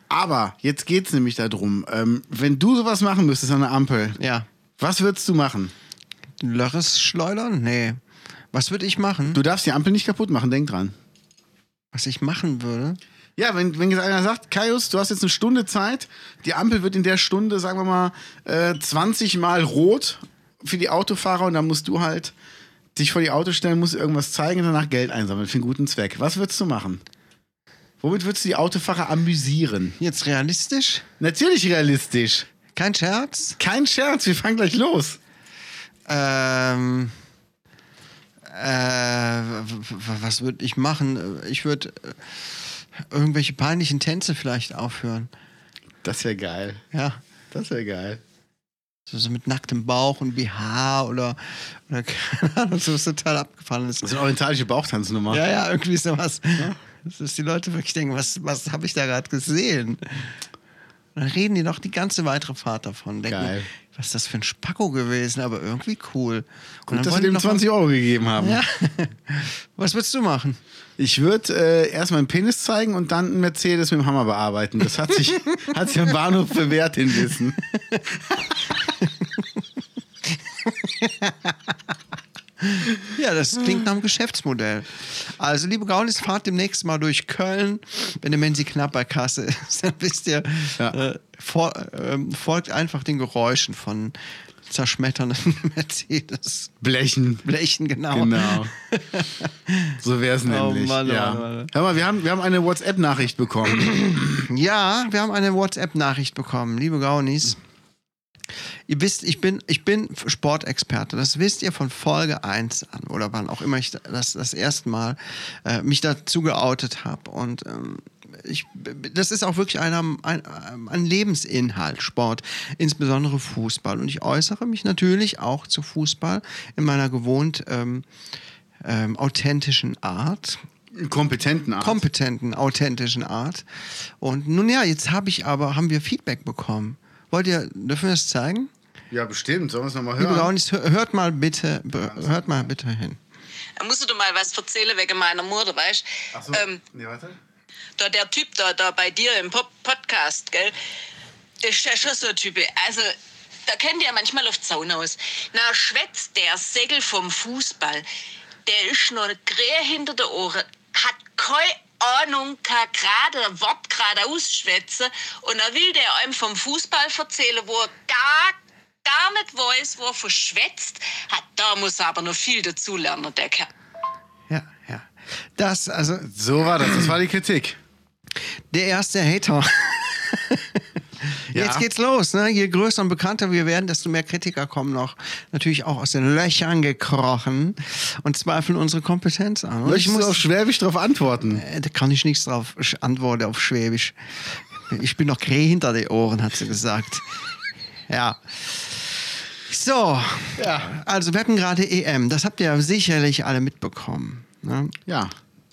[SPEAKER 1] Aber jetzt geht's nämlich darum, ähm, wenn du sowas machen müsstest an der Ampel,
[SPEAKER 2] Ja.
[SPEAKER 1] was würdest du machen?
[SPEAKER 2] Lörres schleudern? Nee. Was würde ich machen?
[SPEAKER 1] Du darfst die Ampel nicht kaputt machen, denk dran.
[SPEAKER 2] Was ich machen würde?
[SPEAKER 1] Ja, wenn, wenn jetzt einer sagt, Kaius, du hast jetzt eine Stunde Zeit, die Ampel wird in der Stunde, sagen wir mal, äh, 20 Mal rot für die Autofahrer und dann musst du halt dich vor die Autos stellen, musst irgendwas zeigen und danach Geld einsammeln für einen guten Zweck. Was würdest du machen? Womit würdest du die Autofahrer amüsieren?
[SPEAKER 2] Jetzt realistisch?
[SPEAKER 1] Natürlich realistisch.
[SPEAKER 2] Kein Scherz?
[SPEAKER 1] Kein Scherz, wir fangen gleich los.
[SPEAKER 2] Ähm. Äh, w- w- was würde ich machen? Ich würde irgendwelche peinlichen Tänze vielleicht aufhören.
[SPEAKER 1] Das wäre geil.
[SPEAKER 2] Ja.
[SPEAKER 1] Das wäre geil.
[SPEAKER 2] So, so mit nacktem Bauch und BH oder, oder keine Ahnung, so was total abgefahren ist.
[SPEAKER 1] Das ist eine orientalische Bauchtanznummer.
[SPEAKER 2] Ja, ja, irgendwie sowas. Das ist die Leute wirklich denken, was, was habe ich da gerade gesehen? Und dann reden die noch die ganze weitere Fahrt davon. Denken,
[SPEAKER 1] Geil.
[SPEAKER 2] was ist das für ein Spacko gewesen, aber irgendwie cool. Und
[SPEAKER 1] Gut, dass wir
[SPEAKER 2] wollen die
[SPEAKER 1] dem
[SPEAKER 2] noch
[SPEAKER 1] 20 Euro gegeben haben.
[SPEAKER 2] Ja. Was würdest du machen?
[SPEAKER 1] Ich würde äh, erstmal einen Penis zeigen und dann einen Mercedes mit dem Hammer bearbeiten. Das hat sich, hat sich am Bahnhof bewährt, den Wissen.
[SPEAKER 2] Ja, das klingt nach einem Geschäftsmodell. Also, liebe Gaunis, fahrt demnächst mal durch Köln. Wenn der Menzi knapp bei Kasse ist, dann wisst ihr,
[SPEAKER 1] Ja.
[SPEAKER 2] äh, vor, ähm, folgt einfach den Geräuschen von zerschmetternden Mercedes-Blechen,
[SPEAKER 1] Blechen.
[SPEAKER 2] genau. Oh
[SPEAKER 1] Genau. So wäre es nämlich.
[SPEAKER 2] Mann,
[SPEAKER 1] ja.
[SPEAKER 2] Mann, Mann.
[SPEAKER 1] Hör mal, wir haben, wir haben eine WhatsApp-Nachricht bekommen.
[SPEAKER 2] Ja, wir haben eine WhatsApp-Nachricht bekommen, liebe Gaunis. Ihr wisst, ich bin, ich bin Sportexperte. Das wisst ihr von Folge 1 an oder wann auch immer ich das, das erste Mal äh, mich dazu geoutet habe. Und ähm, ich, das ist auch wirklich einer, ein, ein Lebensinhalt, Sport, insbesondere Fußball. Und ich äußere mich natürlich auch zu Fußball in meiner gewohnt ähm, ähm, authentischen Art
[SPEAKER 1] Kompetenten Arzt.
[SPEAKER 2] kompetenten, authentischen Art. Und nun ja, jetzt habe ich aber, haben wir Feedback bekommen. Wollt ihr, dürfen wir das zeigen?
[SPEAKER 1] ja, bestimmt. Sollen wir es nochmal
[SPEAKER 2] Liebe
[SPEAKER 1] hören?
[SPEAKER 2] Gaunis, hör- hört mal bitte, be- hört mal bitte hin.
[SPEAKER 3] Da musst du mal was erzählen wegen meiner Mutter, weißt du?
[SPEAKER 1] Ach so.
[SPEAKER 3] Ähm,
[SPEAKER 1] nee, warte.
[SPEAKER 3] da der Typ da, da bei dir im Pop Podcast, gell? Das ist ja schon so ein Typ. Also, da kennt ihr ja manchmal auf Zaun aus. Na, schwätzt der Segel vom Fußball. Der ist noch grä hinter der Ohren, hat keine Ahnung, kann gerade Wort gerade ausschwätzen. Und da will der einem vom Fußball erzählen, wo er gar, gar nicht weiß, wo er verschwätzt hat. Da muss er aber noch viel dazulernen, der Kerl.
[SPEAKER 2] Ja, ja. Das, also
[SPEAKER 1] So war das. Das war die Kritik.
[SPEAKER 2] der erste Hater.
[SPEAKER 1] Ja.
[SPEAKER 2] Jetzt geht's los, ne? Je größer und bekannter wir werden, desto mehr Kritiker kommen noch. Natürlich auch aus den Löchern gekrochen und zweifeln unsere Kompetenz an. Und ich
[SPEAKER 1] Möchtest du
[SPEAKER 2] muss-
[SPEAKER 1] auf Schwäbisch darauf antworten?
[SPEAKER 2] Äh, Da kann ich nichts drauf sch- antworten auf Schwäbisch. Ich bin noch grä hinter den Ohren, hat sie gesagt. Ja. So,
[SPEAKER 1] Ja.
[SPEAKER 2] also wir hatten gerade EM. Das habt ihr ja sicherlich alle mitbekommen. Ne?
[SPEAKER 1] Ja.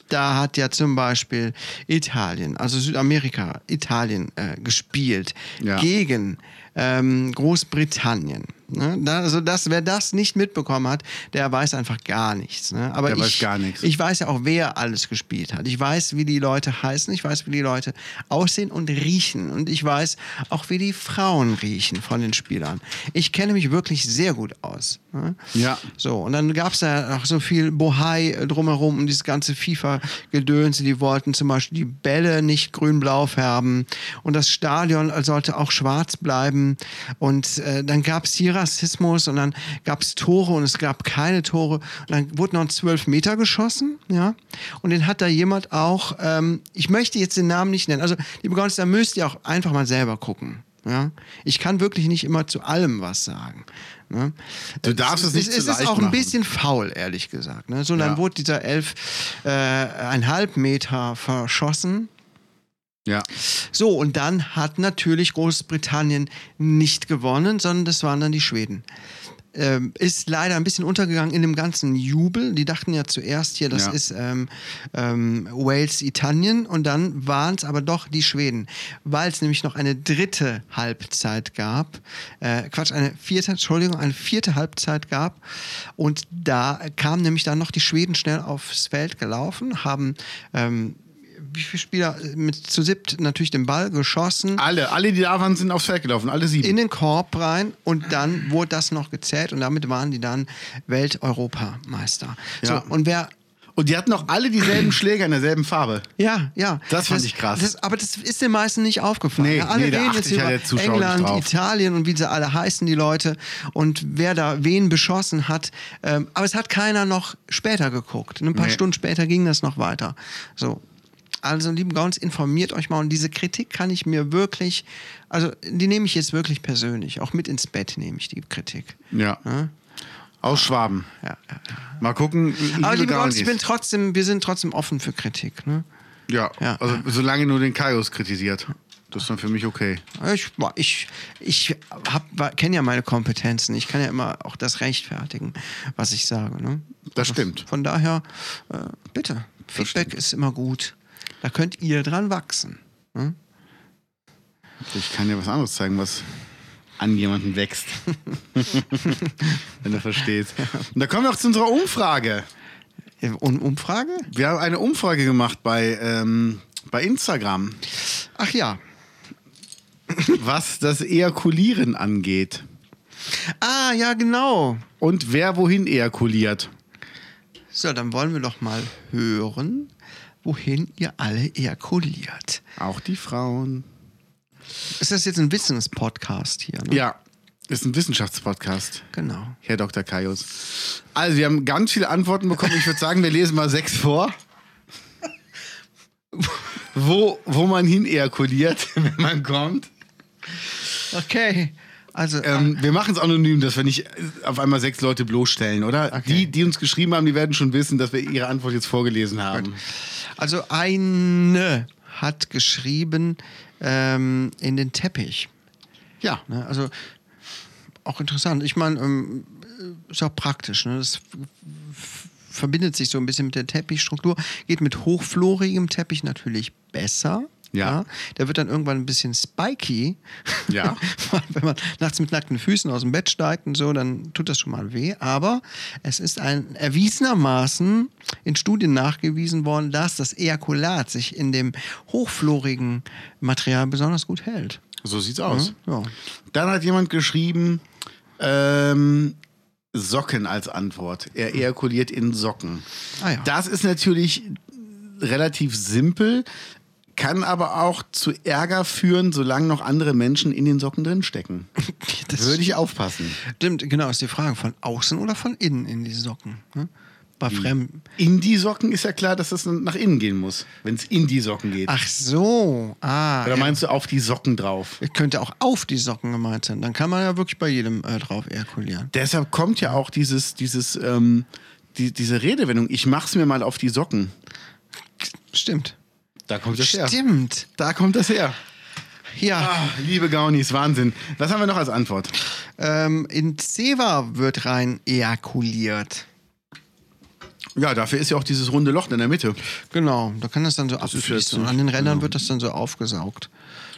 [SPEAKER 2] Da hat ja zum Beispiel Italien, also Südamerika, Italien äh, gespielt
[SPEAKER 1] Ja.
[SPEAKER 2] gegen ähm, Großbritannien. Ne? Da, also das, wer das nicht mitbekommen hat, der weiß einfach gar nichts. Ne? Aber
[SPEAKER 1] Der
[SPEAKER 2] ich,
[SPEAKER 1] weiß gar nichts.
[SPEAKER 2] Ich weiß ja auch, wer alles gespielt hat. Ich weiß, wie die Leute heißen, ich weiß, wie die Leute aussehen und riechen. Und ich weiß auch, wie die Frauen riechen von den Spielern. Ich kenne mich wirklich sehr gut aus. Ne?
[SPEAKER 1] Ja.
[SPEAKER 2] So, und dann gab es da auch so viel Bohai äh, drumherum um dieses ganze FIFA-Gedöns. Die wollten zum Beispiel die Bälle nicht grün-blau färben und das Stadion äh, sollte auch schwarz bleiben. Und äh, dann gab es hier Rassismus und dann gab es Tore und es gab keine Tore. Und dann wurde noch ein 12 Meter geschossen, ja. Und den hat da jemand auch, ähm, ich möchte jetzt den Namen nicht nennen. Also, liebe Gaunis, da müsst ihr auch einfach mal selber gucken. Ja, ich kann wirklich nicht immer zu allem was sagen. Ne?
[SPEAKER 1] Du darfst es nicht
[SPEAKER 2] Es
[SPEAKER 1] zu
[SPEAKER 2] ist
[SPEAKER 1] leicht
[SPEAKER 2] auch ein
[SPEAKER 1] machen.
[SPEAKER 2] bisschen faul, ehrlich gesagt. Ne? So, dann
[SPEAKER 1] Ja.
[SPEAKER 2] wurde dieser elf äh, einhalb Meter verschossen.
[SPEAKER 1] Ja.
[SPEAKER 2] So, und dann hat natürlich Großbritannien nicht gewonnen, sondern das waren dann die Schweden. Ähm, ist leider ein bisschen untergegangen in dem ganzen Jubel. Die dachten ja zuerst hier, das
[SPEAKER 1] Ja.
[SPEAKER 2] ist ähm, ähm, Wales, Italien und dann waren es aber doch die Schweden, weil es nämlich noch eine dritte Halbzeit gab. Äh, Quatsch, eine vierte, Entschuldigung, eine vierte Halbzeit gab und da kamen nämlich dann noch die Schweden schnell aufs Feld gelaufen, haben ähm, wie viele Spieler äh, mit zu siebt natürlich den Ball geschossen
[SPEAKER 1] Alle, alle, die da waren, sind aufs Feld gelaufen. Alle sieben.
[SPEAKER 2] in den Korb rein und dann wurde das noch gezählt und damit waren die dann Welt-Europameister.
[SPEAKER 1] Ja.
[SPEAKER 2] So, und wer
[SPEAKER 1] Und die hatten auch alle dieselben Schläger in derselben Farbe.
[SPEAKER 2] ja, ja.
[SPEAKER 1] Das fand ich krass.
[SPEAKER 2] Das, aber das ist den meisten nicht aufgefallen.
[SPEAKER 1] Nee,
[SPEAKER 2] Ja, alle
[SPEAKER 1] nee, da
[SPEAKER 2] reden
[SPEAKER 1] achte
[SPEAKER 2] jetzt
[SPEAKER 1] ich ja
[SPEAKER 2] über
[SPEAKER 1] der Zuschauer nicht
[SPEAKER 2] England,
[SPEAKER 1] drauf.
[SPEAKER 2] Italien und wie sie alle heißen, die Leute. Und wer da wen beschossen hat. Ähm, aber es hat keiner noch später geguckt. Ein paar
[SPEAKER 1] Nee.
[SPEAKER 2] Stunden später ging das noch weiter. So. Also, lieben Gauns, informiert euch mal. Und diese Kritik kann ich mir wirklich, also die nehme ich jetzt wirklich persönlich. Auch mit ins Bett nehme ich die Kritik.
[SPEAKER 1] Ja. Aus Schwaben.
[SPEAKER 2] Ja, ja.
[SPEAKER 1] Mal gucken.
[SPEAKER 2] Aber liebe
[SPEAKER 1] liebe
[SPEAKER 2] Gauns, ich bin
[SPEAKER 1] Gaunis.
[SPEAKER 2] trotzdem, wir sind trotzdem offen für Kritik. Ne?
[SPEAKER 1] Ja,
[SPEAKER 2] Ja.
[SPEAKER 1] also solange nur den Kaius kritisiert. Das ist dann für mich okay.
[SPEAKER 2] Ich, ich, ich kenne ja meine Kompetenzen. Ich kann ja immer auch das rechtfertigen, was ich sage. Ne?
[SPEAKER 1] Das stimmt.
[SPEAKER 2] Von daher, äh, bitte, Feedback ist immer gut. Da könnt ihr dran wachsen. Ne?
[SPEAKER 1] Ich kann dir was anderes zeigen, was an jemanden wächst. Wenn du verstehst. Und da kommen wir auch zu unserer Umfrage.
[SPEAKER 2] Äh, Und Umfrage?
[SPEAKER 1] Wir haben eine Umfrage gemacht bei, ähm, bei Instagram,
[SPEAKER 2] Ach ja.
[SPEAKER 1] was das Ejakulieren angeht.
[SPEAKER 2] Ah, ja, genau.
[SPEAKER 1] Und wer wohin ejakuliert.
[SPEAKER 2] So, dann wollen wir doch mal hören, wohin ihr alle ejakuliert.
[SPEAKER 1] Auch die Frauen.
[SPEAKER 2] Ist das jetzt ein Wissenspodcast hier? Ne?
[SPEAKER 1] Ja, ist ein Wissenschaftspodcast.
[SPEAKER 2] Genau.
[SPEAKER 1] Herr Dr. Kaius. Also, wir haben ganz viele Antworten bekommen. Ich würde sagen, wir lesen mal sechs vor. Wo, wo man hin ejakuliert, wenn man kommt.
[SPEAKER 2] Okay. Also,
[SPEAKER 1] Ähm, wir machen es anonym, dass wir nicht äh, auf einmal sechs Leute bloßstellen, oder? Die, die uns geschrieben haben, die werden schon wissen, dass wir ihre Antwort jetzt vorgelesen haben.
[SPEAKER 2] Also eine hat geschrieben ähm, in den Teppich.
[SPEAKER 1] Ja.
[SPEAKER 2] Ne? Also auch interessant. Ich meine, ähm, ist auch praktisch. Ne? Das f- verbindet sich so ein bisschen mit der Teppichstruktur. Geht mit hochflorigem Teppich natürlich besser.
[SPEAKER 1] Ja.
[SPEAKER 2] Der wird dann irgendwann ein bisschen spiky.
[SPEAKER 1] Ja.
[SPEAKER 2] Wenn man nachts mit nackten Füßen aus dem Bett steigt und so, dann tut das schon mal weh. Aber es ist ein erwiesenermaßen in Studien nachgewiesen worden, dass das Ejakulat sich in dem hochflorigen Material besonders gut hält.
[SPEAKER 1] So sieht's aus.
[SPEAKER 2] Ja.
[SPEAKER 1] Dann hat jemand geschrieben, ähm, Socken als Antwort. Er ejakuliert in Socken.
[SPEAKER 2] Ah ja.
[SPEAKER 1] Das ist natürlich relativ simpel, kann aber auch zu Ärger führen, solange noch andere Menschen in den Socken drinstecken.
[SPEAKER 2] Das
[SPEAKER 1] Würde ich aufpassen.
[SPEAKER 2] stimmt, genau, ist die Frage von außen oder von innen in die Socken. Ne? Bei Fremden.
[SPEAKER 1] In die Socken ist ja klar, dass das nach innen gehen muss, wenn es in die Socken geht.
[SPEAKER 2] Ach so, ah.
[SPEAKER 1] Oder meinst du auf die Socken drauf?
[SPEAKER 2] ja, könnte auch auf die Socken gemeint sein. Dann kann man ja wirklich bei jedem äh, drauf ejakulieren.
[SPEAKER 1] Deshalb kommt ja auch dieses, dieses, ähm, die, diese Redewendung, ich mach's mir mal auf die Socken.
[SPEAKER 2] Stimmt.
[SPEAKER 1] Da kommt
[SPEAKER 2] Stimmt.
[SPEAKER 1] Da kommt das her.
[SPEAKER 2] Ja.
[SPEAKER 1] Ah, liebe Gaunis, Wahnsinn. Was haben wir noch als Antwort?
[SPEAKER 2] Ähm, in Zewa wird rein ejakuliert.
[SPEAKER 1] Ja, dafür ist ja auch dieses runde Loch in der Mitte.
[SPEAKER 2] Genau, da kann das dann so
[SPEAKER 1] ist jetzt
[SPEAKER 2] abfließen. Und
[SPEAKER 1] nicht- genau.
[SPEAKER 2] an den Rändern wird das dann so aufgesaugt.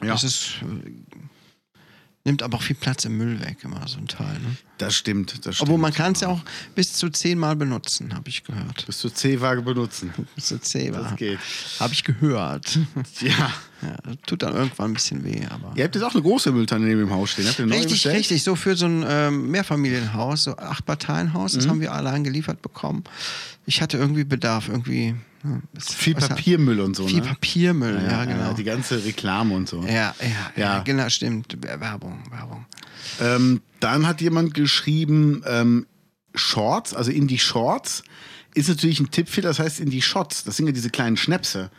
[SPEAKER 1] Ja.
[SPEAKER 2] Das ist, äh, nimmt aber auch viel Platz im Müll weg, immer so ein Teil. Ne?
[SPEAKER 1] Das stimmt, das stimmt.
[SPEAKER 2] Obwohl man kann es ja auch bis zu zehnmal benutzen, habe ich gehört.
[SPEAKER 1] Bis zur C-Waage benutzen.
[SPEAKER 2] Bis zu zehnmal.
[SPEAKER 1] Das geht.
[SPEAKER 2] Habe ich gehört.
[SPEAKER 1] Ja.
[SPEAKER 2] ja, das tut dann irgendwann ein bisschen weh, aber.
[SPEAKER 1] Ihr habt jetzt auch eine große Mülltonne neben dem Haus stehen. Habt ihr eine neue
[SPEAKER 2] Richtig,
[SPEAKER 1] bestellt?
[SPEAKER 2] richtig. So für so ein ähm, Mehrfamilienhaus, so Acht-Parteien-Haus,
[SPEAKER 1] Mhm.
[SPEAKER 2] das haben wir allein geliefert bekommen. Ich hatte irgendwie Bedarf, irgendwie. ja, es-
[SPEAKER 1] Viel
[SPEAKER 2] was-
[SPEAKER 1] Papiermüll und so.
[SPEAKER 2] Viel
[SPEAKER 1] ne?
[SPEAKER 2] Papiermüll, ja, genau.
[SPEAKER 1] Die ganze Reklame und so.
[SPEAKER 2] Ja, ja, ja,
[SPEAKER 1] Ja.
[SPEAKER 2] genau, stimmt. Werbung, Werbung.
[SPEAKER 1] Ähm, dann hat jemand geschrieben, ähm, Shorts, also in die Shorts, ist natürlich ein Tippfehler, das heißt in die Shots. Das sind ja diese kleinen Schnäpse.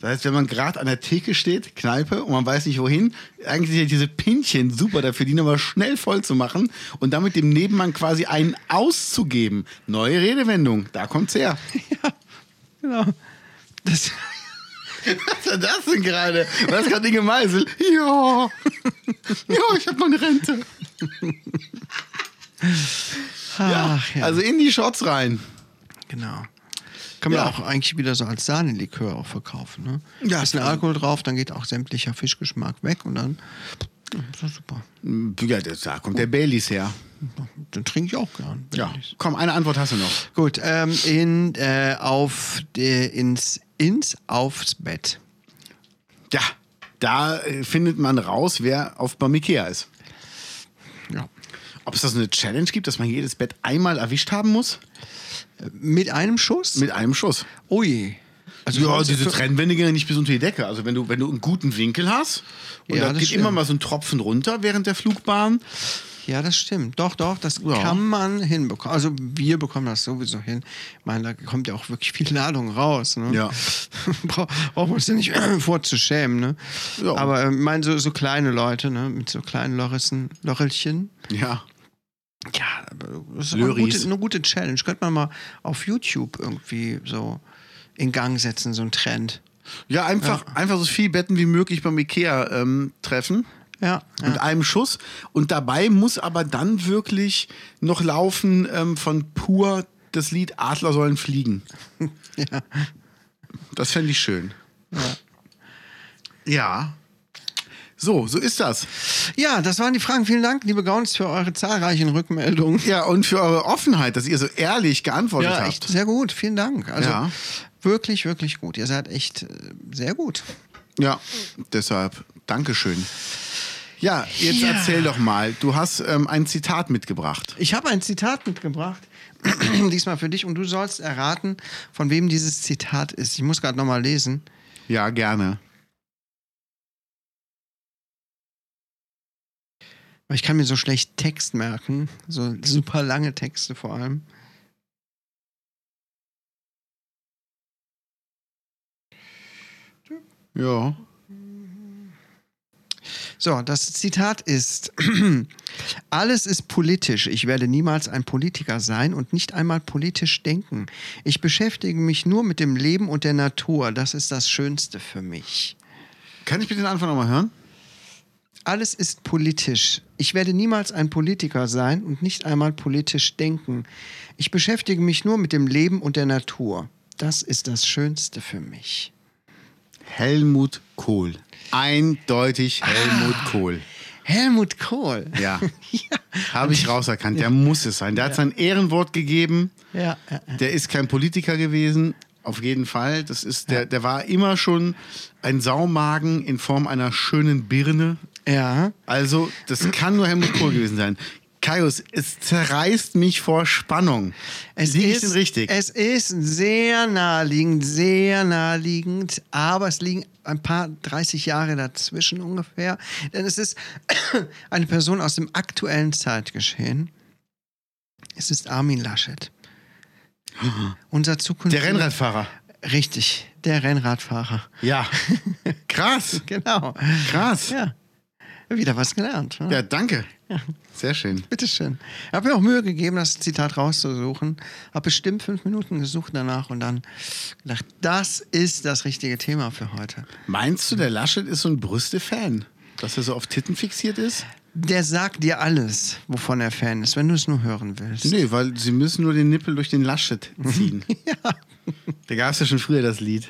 [SPEAKER 1] Das heißt, wenn man gerade an der Theke steht, Kneipe, und man weiß nicht wohin, eigentlich sind ja diese Pinchen super dafür, die nochmal schnell voll zu machen und damit dem Nebenmann quasi einen auszugeben. Neue Redewendung, da kommt's her.
[SPEAKER 2] Genau. Das,
[SPEAKER 1] Was war das denn gerade? War das gerade Inge Meisel? Ja. Ja, ich habe meine Rente.
[SPEAKER 2] ach, ja,
[SPEAKER 1] Also in die Shorts rein.
[SPEAKER 2] genau. Kann man
[SPEAKER 1] Ja.
[SPEAKER 2] auch eigentlich wieder so als Sahnelikör auch verkaufen. Ne?
[SPEAKER 1] Ja,
[SPEAKER 2] bisschen
[SPEAKER 1] also-
[SPEAKER 2] Alkohol drauf, dann geht auch sämtlicher Fischgeschmack weg und dann. Ja, ist doch super.
[SPEAKER 1] Ja, das- da kommt der Baileys her.
[SPEAKER 2] Dann trinke ich auch gern. wenn
[SPEAKER 1] Ja.
[SPEAKER 2] ich's-
[SPEAKER 1] Komm, eine Antwort hast du noch.
[SPEAKER 2] Gut, ähm, in, äh, auf de, ins, ins aufs Bett.
[SPEAKER 1] Ja. Da äh, findet man raus, wer auf Bamikea ist.
[SPEAKER 2] Ja.
[SPEAKER 1] Ob es da so eine Challenge gibt, dass man jedes Bett einmal erwischt haben muss?
[SPEAKER 2] Mit einem Schuss?
[SPEAKER 1] Mit einem Schuss.
[SPEAKER 2] Ui. Also
[SPEAKER 1] ja,
[SPEAKER 2] das ist
[SPEAKER 1] diese
[SPEAKER 2] für-
[SPEAKER 1] Trennwände gehen ja nicht bis unter die Decke. Also wenn du, wenn du einen guten Winkel hast und
[SPEAKER 2] Ja,
[SPEAKER 1] da
[SPEAKER 2] das
[SPEAKER 1] geht
[SPEAKER 2] stimmt.
[SPEAKER 1] immer mal so ein Tropfen runter während der Flugbahn.
[SPEAKER 2] Ja, das stimmt. Doch, doch, das
[SPEAKER 1] Ja.
[SPEAKER 2] kann man hinbekommen. Also wir bekommen das sowieso hin. Ich meine, da kommt ja auch wirklich viel Ladung raus. Ne?
[SPEAKER 1] Ja.
[SPEAKER 2] Bra brauchen wir uns ja nicht vorzuschämen. Ne?
[SPEAKER 1] Ja.
[SPEAKER 2] Aber äh, ich meine, so, so kleine Leute, ne? mit so kleinen Lorissen, Lorelchen.
[SPEAKER 1] Ja.
[SPEAKER 2] Ja, aber das ist eine
[SPEAKER 1] Löris.
[SPEAKER 2] gute, eine gute Challenge. Könnte man mal auf YouTube irgendwie so in Gang setzen, so einen Trend.
[SPEAKER 1] Ja, einfach, einfach so viel Betten wie möglich beim Ikea ähm, treffen.
[SPEAKER 2] Ja,
[SPEAKER 1] Mit einem Schuss. Und dabei muss aber dann wirklich noch laufen ähm, von pur das Lied Adler sollen fliegen.
[SPEAKER 2] Ja.
[SPEAKER 1] Das fände ich schön. Ja. So, so ist das.
[SPEAKER 2] Ja, das waren die Fragen. Vielen Dank, liebe Gauns, für eure zahlreichen Rückmeldungen.
[SPEAKER 1] Ja, und für eure Offenheit, dass ihr so ehrlich geantwortet habt.
[SPEAKER 2] echt sehr gut. Vielen Dank. Also
[SPEAKER 1] Ja.
[SPEAKER 2] wirklich, wirklich gut. Ihr seid echt äh, sehr gut.
[SPEAKER 1] Ja, deshalb Dankeschön. Ja, jetzt
[SPEAKER 2] Ja.
[SPEAKER 1] erzähl doch mal. Du hast ähm, ein Zitat mitgebracht.
[SPEAKER 2] Ich habe ein Zitat mitgebracht, diesmal für dich, und du sollst erraten, von wem dieses Zitat ist. Ich muss gerade nochmal lesen.
[SPEAKER 1] Ja, gerne.
[SPEAKER 2] Weil ich kann mir so schlecht Text merken. So super lange Texte vor allem.
[SPEAKER 1] Ja.
[SPEAKER 2] So, das Zitat ist: Alles ist politisch. Ich werde niemals ein Politiker sein und nicht einmal politisch denken. Ich beschäftige mich nur mit dem Leben und der Natur. Das ist das Schönste für mich.
[SPEAKER 1] Kann ich bitte den Anfang nochmal hören?
[SPEAKER 2] Alles ist politisch. Ich werde niemals ein Politiker sein und nicht einmal politisch denken. Ich beschäftige mich nur mit dem Leben und der Natur. Das ist das Schönste für mich.
[SPEAKER 1] Helmut Kohl. Eindeutig Helmut
[SPEAKER 2] Ah.
[SPEAKER 1] Kohl.
[SPEAKER 2] Helmut Kohl.
[SPEAKER 1] Ja. Habe ich rauserkannt. Der muss es sein. Der hat sein Ehrenwort gegeben.
[SPEAKER 2] Ja, äh, ja,
[SPEAKER 1] Der ist kein Politiker gewesen. Auf jeden Fall. Das ist, der, der war immer schon ein Saumagen in Form einer schönen Birne.
[SPEAKER 2] ja.
[SPEAKER 1] Also, das kann nur Helmut Kohl gewesen sein. Kaius, es zerreißt mich vor Spannung.
[SPEAKER 2] Es
[SPEAKER 1] Liege ich
[SPEAKER 2] ist-
[SPEAKER 1] denn richtig?
[SPEAKER 2] Es ist sehr naheliegend, sehr naheliegend, aber es liegen ein paar 30 Jahre dazwischen ungefähr. Denn es ist eine Person aus dem aktuellen Zeitgeschehen. Es ist Armin Laschet. Unser
[SPEAKER 1] Ah. Der
[SPEAKER 2] zukünftiger.
[SPEAKER 1] Rennradfahrer.
[SPEAKER 2] Richtig, der Rennradfahrer.
[SPEAKER 1] Ja. Krass,
[SPEAKER 2] Genau.
[SPEAKER 1] krass.
[SPEAKER 2] Ja. Wieder was gelernt. Ne?
[SPEAKER 1] Ja, danke. Sehr schön.
[SPEAKER 2] Bitteschön. Ich habe mir auch Mühe gegeben, das Zitat rauszusuchen. Habe bestimmt fünf Minuten gesucht danach und dann gedacht, das ist das richtige Thema für heute.
[SPEAKER 1] Meinst du, der Laschet ist so ein Brüste-Fan? Dass er so auf Titten fixiert ist?
[SPEAKER 2] Der sagt dir alles, wovon er Fan ist, wenn du es nur hören willst.
[SPEAKER 1] Nee, weil sie müssen nur den Nippel durch den Laschet ziehen. ja. Da gab es ja schon früher das Lied.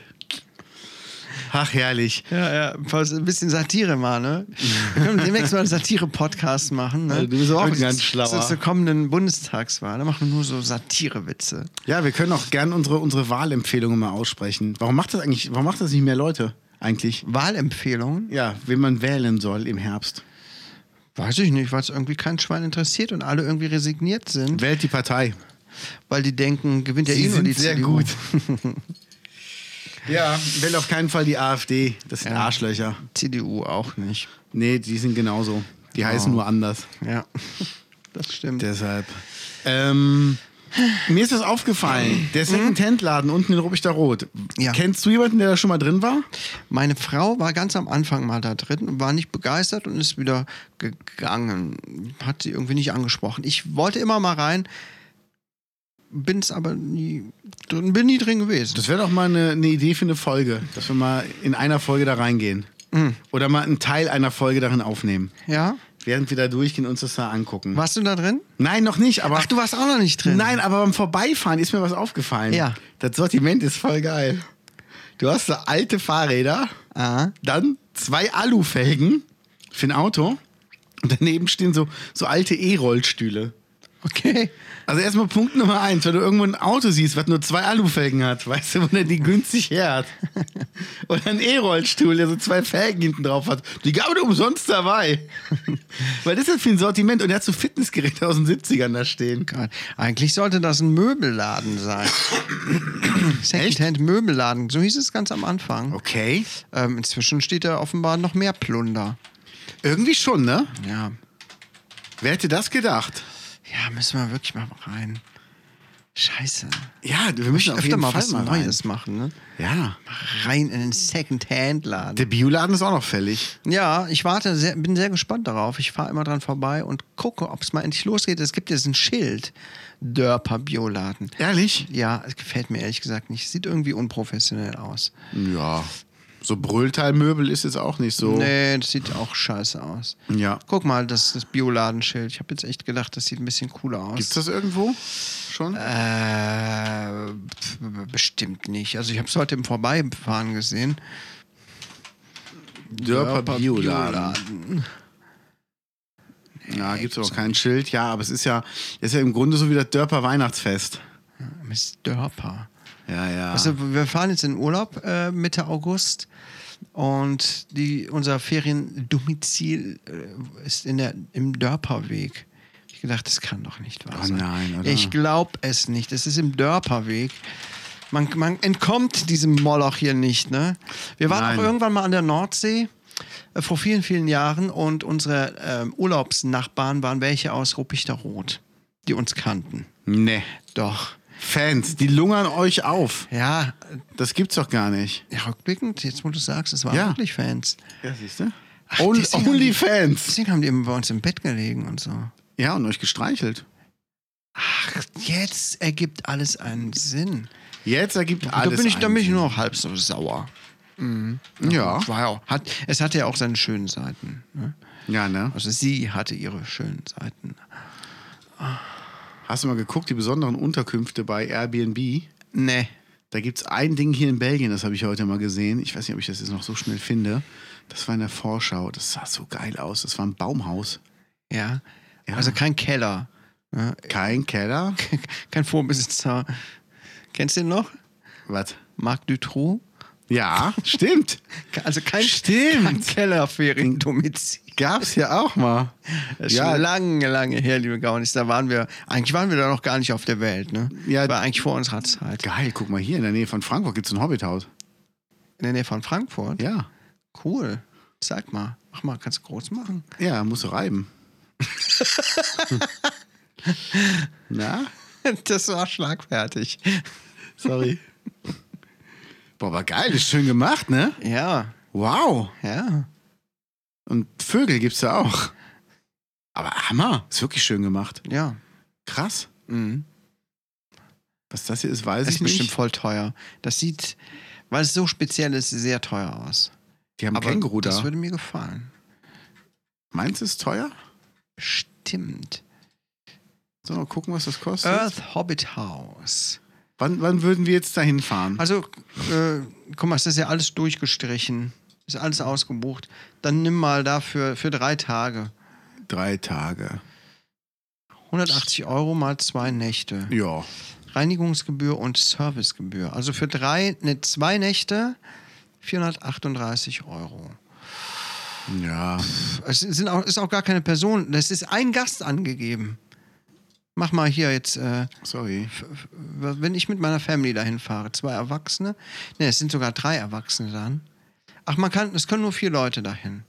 [SPEAKER 1] Ach, herrlich.
[SPEAKER 2] Ja, ja, fast ein bisschen Satire mal, ne? Wir können demnächst mal einen Satire-Podcast machen. Ne?
[SPEAKER 1] Also, du bist auch
[SPEAKER 2] Aber
[SPEAKER 1] ein ganz
[SPEAKER 2] zu-
[SPEAKER 1] Schlauer.
[SPEAKER 2] zu- Zur kommenden Bundestagswahl, da machen wir nur so Satire-Witze.
[SPEAKER 1] Ja, wir können auch gern unsere, unsere Wahlempfehlungen mal aussprechen. Warum macht das eigentlich, warum macht das nicht mehr Leute eigentlich?
[SPEAKER 2] Wahlempfehlungen?
[SPEAKER 1] Ja, wen man wählen soll im Herbst.
[SPEAKER 2] Weiß ich nicht, weil es irgendwie kein Schwein interessiert und alle irgendwie resigniert sind,
[SPEAKER 1] Wählt die Partei.
[SPEAKER 2] weil die denken, gewinnt ja eh nur die CDU.
[SPEAKER 1] ja, wählt auf keinen Fall die AfD. Das sind
[SPEAKER 2] Ja.
[SPEAKER 1] Arschlöcher.
[SPEAKER 2] CDU auch nicht.
[SPEAKER 1] Nee, die sind genauso.
[SPEAKER 2] Oh.
[SPEAKER 1] Die heißen nur anders.
[SPEAKER 2] Ja, das stimmt.
[SPEAKER 1] Deshalb. Ähm, mir ist das aufgefallen. Der Second-Hand-Laden unten in Rubichteroth. Rot.
[SPEAKER 2] Mhm. Ja.
[SPEAKER 1] Kennst du jemanden, der da schon mal drin war?
[SPEAKER 2] Meine Frau war ganz am Anfang mal da drin und war nicht begeistert und ist wieder gegangen. Hat sie irgendwie nicht angesprochen. Ich wollte immer mal rein, bin es aber nie, drin- bin nie drin gewesen.
[SPEAKER 1] Das wäre doch mal eine, eine Idee für eine Folge, dass wir mal in einer Folge da reingehen.
[SPEAKER 2] Mhm.
[SPEAKER 1] Oder mal einen Teil einer Folge darin aufnehmen.
[SPEAKER 2] ja?
[SPEAKER 1] Während wir da durchgehen, uns das da angucken.
[SPEAKER 2] Warst du da drin?
[SPEAKER 1] Nein, noch nicht, aber.
[SPEAKER 2] Ach, du warst auch noch nicht drin.
[SPEAKER 1] Nein, aber beim Vorbeifahren ist mir was aufgefallen.
[SPEAKER 2] Ja.
[SPEAKER 1] Das Sortiment ist voll geil. Du hast so alte Fahrräder,
[SPEAKER 2] Ah.
[SPEAKER 1] dann zwei Alufelgen für ein Auto und daneben stehen so, so alte E-Rollstühle.
[SPEAKER 2] Okay.
[SPEAKER 1] Also erstmal Punkt Nummer eins, wenn du irgendwo ein Auto siehst, was nur zwei Alufelgen hat, weißt du, wo der die günstig her hat. Oder ein E-Rollstuhl, der so zwei Felgen hinten drauf hat. Die gab es umsonst dabei. Weil das ist jetzt für ein Sortiment und der hat so Fitnessgeräte aus den 70ern da stehen.
[SPEAKER 2] Gott. Eigentlich sollte das ein Möbelladen sein. Secondhand-Möbelladen. So hieß es ganz am Anfang.
[SPEAKER 1] Okay.
[SPEAKER 2] Ähm, inzwischen steht da offenbar noch mehr Plunder.
[SPEAKER 1] Irgendwie schon, ne?
[SPEAKER 2] Ja.
[SPEAKER 1] Wer hätte das gedacht?
[SPEAKER 2] Ja, müssen wir wirklich mal rein. Scheiße.
[SPEAKER 1] Ja, wir müssen auf
[SPEAKER 2] Öfter
[SPEAKER 1] jeden
[SPEAKER 2] mal
[SPEAKER 1] Fall
[SPEAKER 2] was
[SPEAKER 1] mal rein.
[SPEAKER 2] Neues machen, ne?
[SPEAKER 1] Ja.
[SPEAKER 2] Rein in den Second-Hand-Laden.
[SPEAKER 1] Der Bioladen ist auch noch fällig.
[SPEAKER 2] Ja, ich warte, sehr, bin sehr gespannt darauf. Ich fahre immer dran vorbei und gucke, ob es mal endlich losgeht. Es gibt jetzt ein Schild, Dörper Bioladen.
[SPEAKER 1] Ehrlich?
[SPEAKER 2] Ja, es gefällt mir ehrlich gesagt nicht. Sieht irgendwie unprofessionell aus.
[SPEAKER 1] Ja. So Brüllteilmöbel ist jetzt auch nicht so.
[SPEAKER 2] Nee, das sieht auch scheiße aus.
[SPEAKER 1] Ja.
[SPEAKER 2] Guck mal, das ist das Bioladenschild. Ich habe jetzt echt gedacht, das sieht ein bisschen cooler aus.
[SPEAKER 1] Gibt's das irgendwo schon?
[SPEAKER 2] Äh, pf, bestimmt nicht. Also ich habe es heute im Vorbeifahren gesehen.
[SPEAKER 1] Dörper
[SPEAKER 2] Dörper
[SPEAKER 1] Bioladen. Ja, gibt's auch kein Schild. Ja, aber es ist ja, ist ja im Grunde so wie das Dörper Weihnachtsfest.
[SPEAKER 2] Mist, Dörper.
[SPEAKER 1] Ja, ja.
[SPEAKER 2] Also wir fahren jetzt in Urlaub äh, Mitte August und die, unser Feriendomizil äh, ist in der, im Dörperweg. Ich gedacht, das kann doch nicht wahr
[SPEAKER 1] Oh
[SPEAKER 2] sein.
[SPEAKER 1] nein, oder?
[SPEAKER 2] Ich glaube es nicht. Es ist im Dörperweg. Man, man entkommt diesem Moloch hier nicht. Ne? Wir waren
[SPEAKER 1] Nein.
[SPEAKER 2] auch irgendwann mal an der Nordsee äh, vor vielen, vielen Jahren und unsere ähm, Urlaubsnachbarn waren welche aus Ruppichteroth, die uns kannten.
[SPEAKER 1] nee.
[SPEAKER 2] Doch.
[SPEAKER 1] Fans, die lungern euch auf.
[SPEAKER 2] Ja,
[SPEAKER 1] Das gibt's doch gar nicht.
[SPEAKER 2] Ja, rückblickend, jetzt wo du sagst, es waren
[SPEAKER 1] Ja.
[SPEAKER 2] wirklich Fans.
[SPEAKER 1] Ja, siehst du?
[SPEAKER 2] Ach,
[SPEAKER 1] Only,
[SPEAKER 2] deswegen haben
[SPEAKER 1] only
[SPEAKER 2] die-
[SPEAKER 1] Fans.
[SPEAKER 2] Deswegen haben die immer bei uns im Bett gelegen und so.
[SPEAKER 1] Ja, und euch gestreichelt.
[SPEAKER 2] Ach, jetzt ergibt alles einen Sinn.
[SPEAKER 1] Jetzt ergibt
[SPEAKER 2] Da
[SPEAKER 1] alles.
[SPEAKER 2] bin ich, da
[SPEAKER 1] einen
[SPEAKER 2] bin ich
[SPEAKER 1] Sinn.
[SPEAKER 2] nur noch halb so sauer.
[SPEAKER 1] Ja.
[SPEAKER 2] Es War ja auch, hat, es hatte ja auch seine schönen Seiten. Ne?
[SPEAKER 1] Ja, ne?
[SPEAKER 2] Also sie hatte ihre schönen Seiten.
[SPEAKER 1] Hast du mal geguckt, die besonderen Unterkünfte bei Airbnb?
[SPEAKER 2] Nee.
[SPEAKER 1] Da gibt es ein Ding hier in Belgien, das habe ich heute mal gesehen. Ich weiß nicht, ob ich das jetzt noch so schnell finde. Das war in der Vorschau. Das sah so geil aus. Das war ein Baumhaus.
[SPEAKER 2] Ja.
[SPEAKER 1] Ja.
[SPEAKER 2] Also kein Keller. Ne?
[SPEAKER 1] Kein Keller.
[SPEAKER 2] Kein Vorbesitzer. Kennst du den noch?
[SPEAKER 1] Was?
[SPEAKER 2] Marc Dutroux?
[SPEAKER 1] Ja, stimmt.
[SPEAKER 2] Also kein,
[SPEAKER 1] Stimmt.
[SPEAKER 2] kein Kellerferiendomizil.
[SPEAKER 1] Gab's ja auch mal.
[SPEAKER 2] Das ist
[SPEAKER 1] Ja,
[SPEAKER 2] schon lange, lange her, liebe Gaunis. Da waren wir, eigentlich waren wir da noch gar nicht auf der Welt, ne?
[SPEAKER 1] Ja.
[SPEAKER 2] War eigentlich vor unserer Zeit.
[SPEAKER 1] geil. Guck mal, hier in der Nähe von Frankfurt gibt es ein Hobbithaus.
[SPEAKER 2] In der Nähe von Frankfurt.
[SPEAKER 1] Ja.
[SPEAKER 2] Cool. Sag mal. Mach mal, kannst du groß machen?
[SPEAKER 1] Ja, musst du reiben. Na?
[SPEAKER 2] Das war schlagfertig.
[SPEAKER 1] Sorry. Boah, aber geil. Ist schön gemacht, ne?
[SPEAKER 2] Ja,
[SPEAKER 1] Wow.
[SPEAKER 2] ja.
[SPEAKER 1] Und Vögel gibt's da auch. Aber Hammer. Ist wirklich schön gemacht.
[SPEAKER 2] Ja.
[SPEAKER 1] Krass.
[SPEAKER 2] Mhm.
[SPEAKER 1] Was das hier ist, weiß
[SPEAKER 2] Das
[SPEAKER 1] ich
[SPEAKER 2] ist bestimmt
[SPEAKER 1] nicht.
[SPEAKER 2] voll teuer. Das sieht, weil es so speziell ist, sehr teuer aus.
[SPEAKER 1] Die haben Känguru
[SPEAKER 2] das
[SPEAKER 1] da.
[SPEAKER 2] würde mir gefallen.
[SPEAKER 1] Meinst du, ist teuer?
[SPEAKER 2] Stimmt.
[SPEAKER 1] Sollen wir mal gucken, was das kostet?
[SPEAKER 2] Earth Hobbit House.
[SPEAKER 1] Wann, wann würden wir jetzt dahin fahren?
[SPEAKER 2] Also, äh, guck mal, es ist ja alles durchgestrichen. Ist alles ausgebucht. Dann nimm mal dafür für drei Tage.
[SPEAKER 1] Drei Tage.
[SPEAKER 2] 180 Euro mal zwei Nächte.
[SPEAKER 1] Ja.
[SPEAKER 2] Reinigungsgebühr und Servicegebühr. Also für drei, ne, zwei Nächte 438 Euro.
[SPEAKER 1] Ja.
[SPEAKER 2] Es sind auch, ist auch gar keine Person. Das ist ein Gast angegeben. Mach mal hier jetzt, äh,
[SPEAKER 1] Sorry.
[SPEAKER 2] f- wenn ich mit meiner Family dahin fahre, zwei Erwachsene. Ne, es sind sogar drei Erwachsene dann. Ach, man kann, es können nur vier Leute dahin.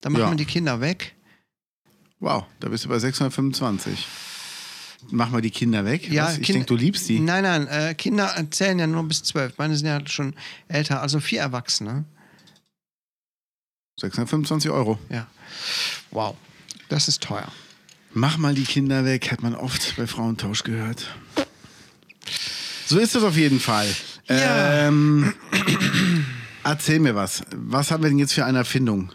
[SPEAKER 2] Dann machen
[SPEAKER 1] Ja.
[SPEAKER 2] wir die Kinder weg.
[SPEAKER 1] Wow, da bist du bei 625. Mach mal die Kinder weg.
[SPEAKER 2] Ja,
[SPEAKER 1] Was? Ich
[SPEAKER 2] Kind-
[SPEAKER 1] denke, du liebst die.
[SPEAKER 2] Nein, nein, äh, Kinder zählen ja nur bis zwölf. Meine sind ja schon älter, also vier Erwachsene.
[SPEAKER 1] 625 Euro.
[SPEAKER 2] Ja. Wow. Das ist teuer.
[SPEAKER 1] Mach mal die Kinder weg, hat man oft bei Frauentausch gehört. So ist das auf jeden Fall.
[SPEAKER 2] Ja.
[SPEAKER 1] Ähm, erzähl mir was. Was haben wir denn jetzt für eine Erfindung?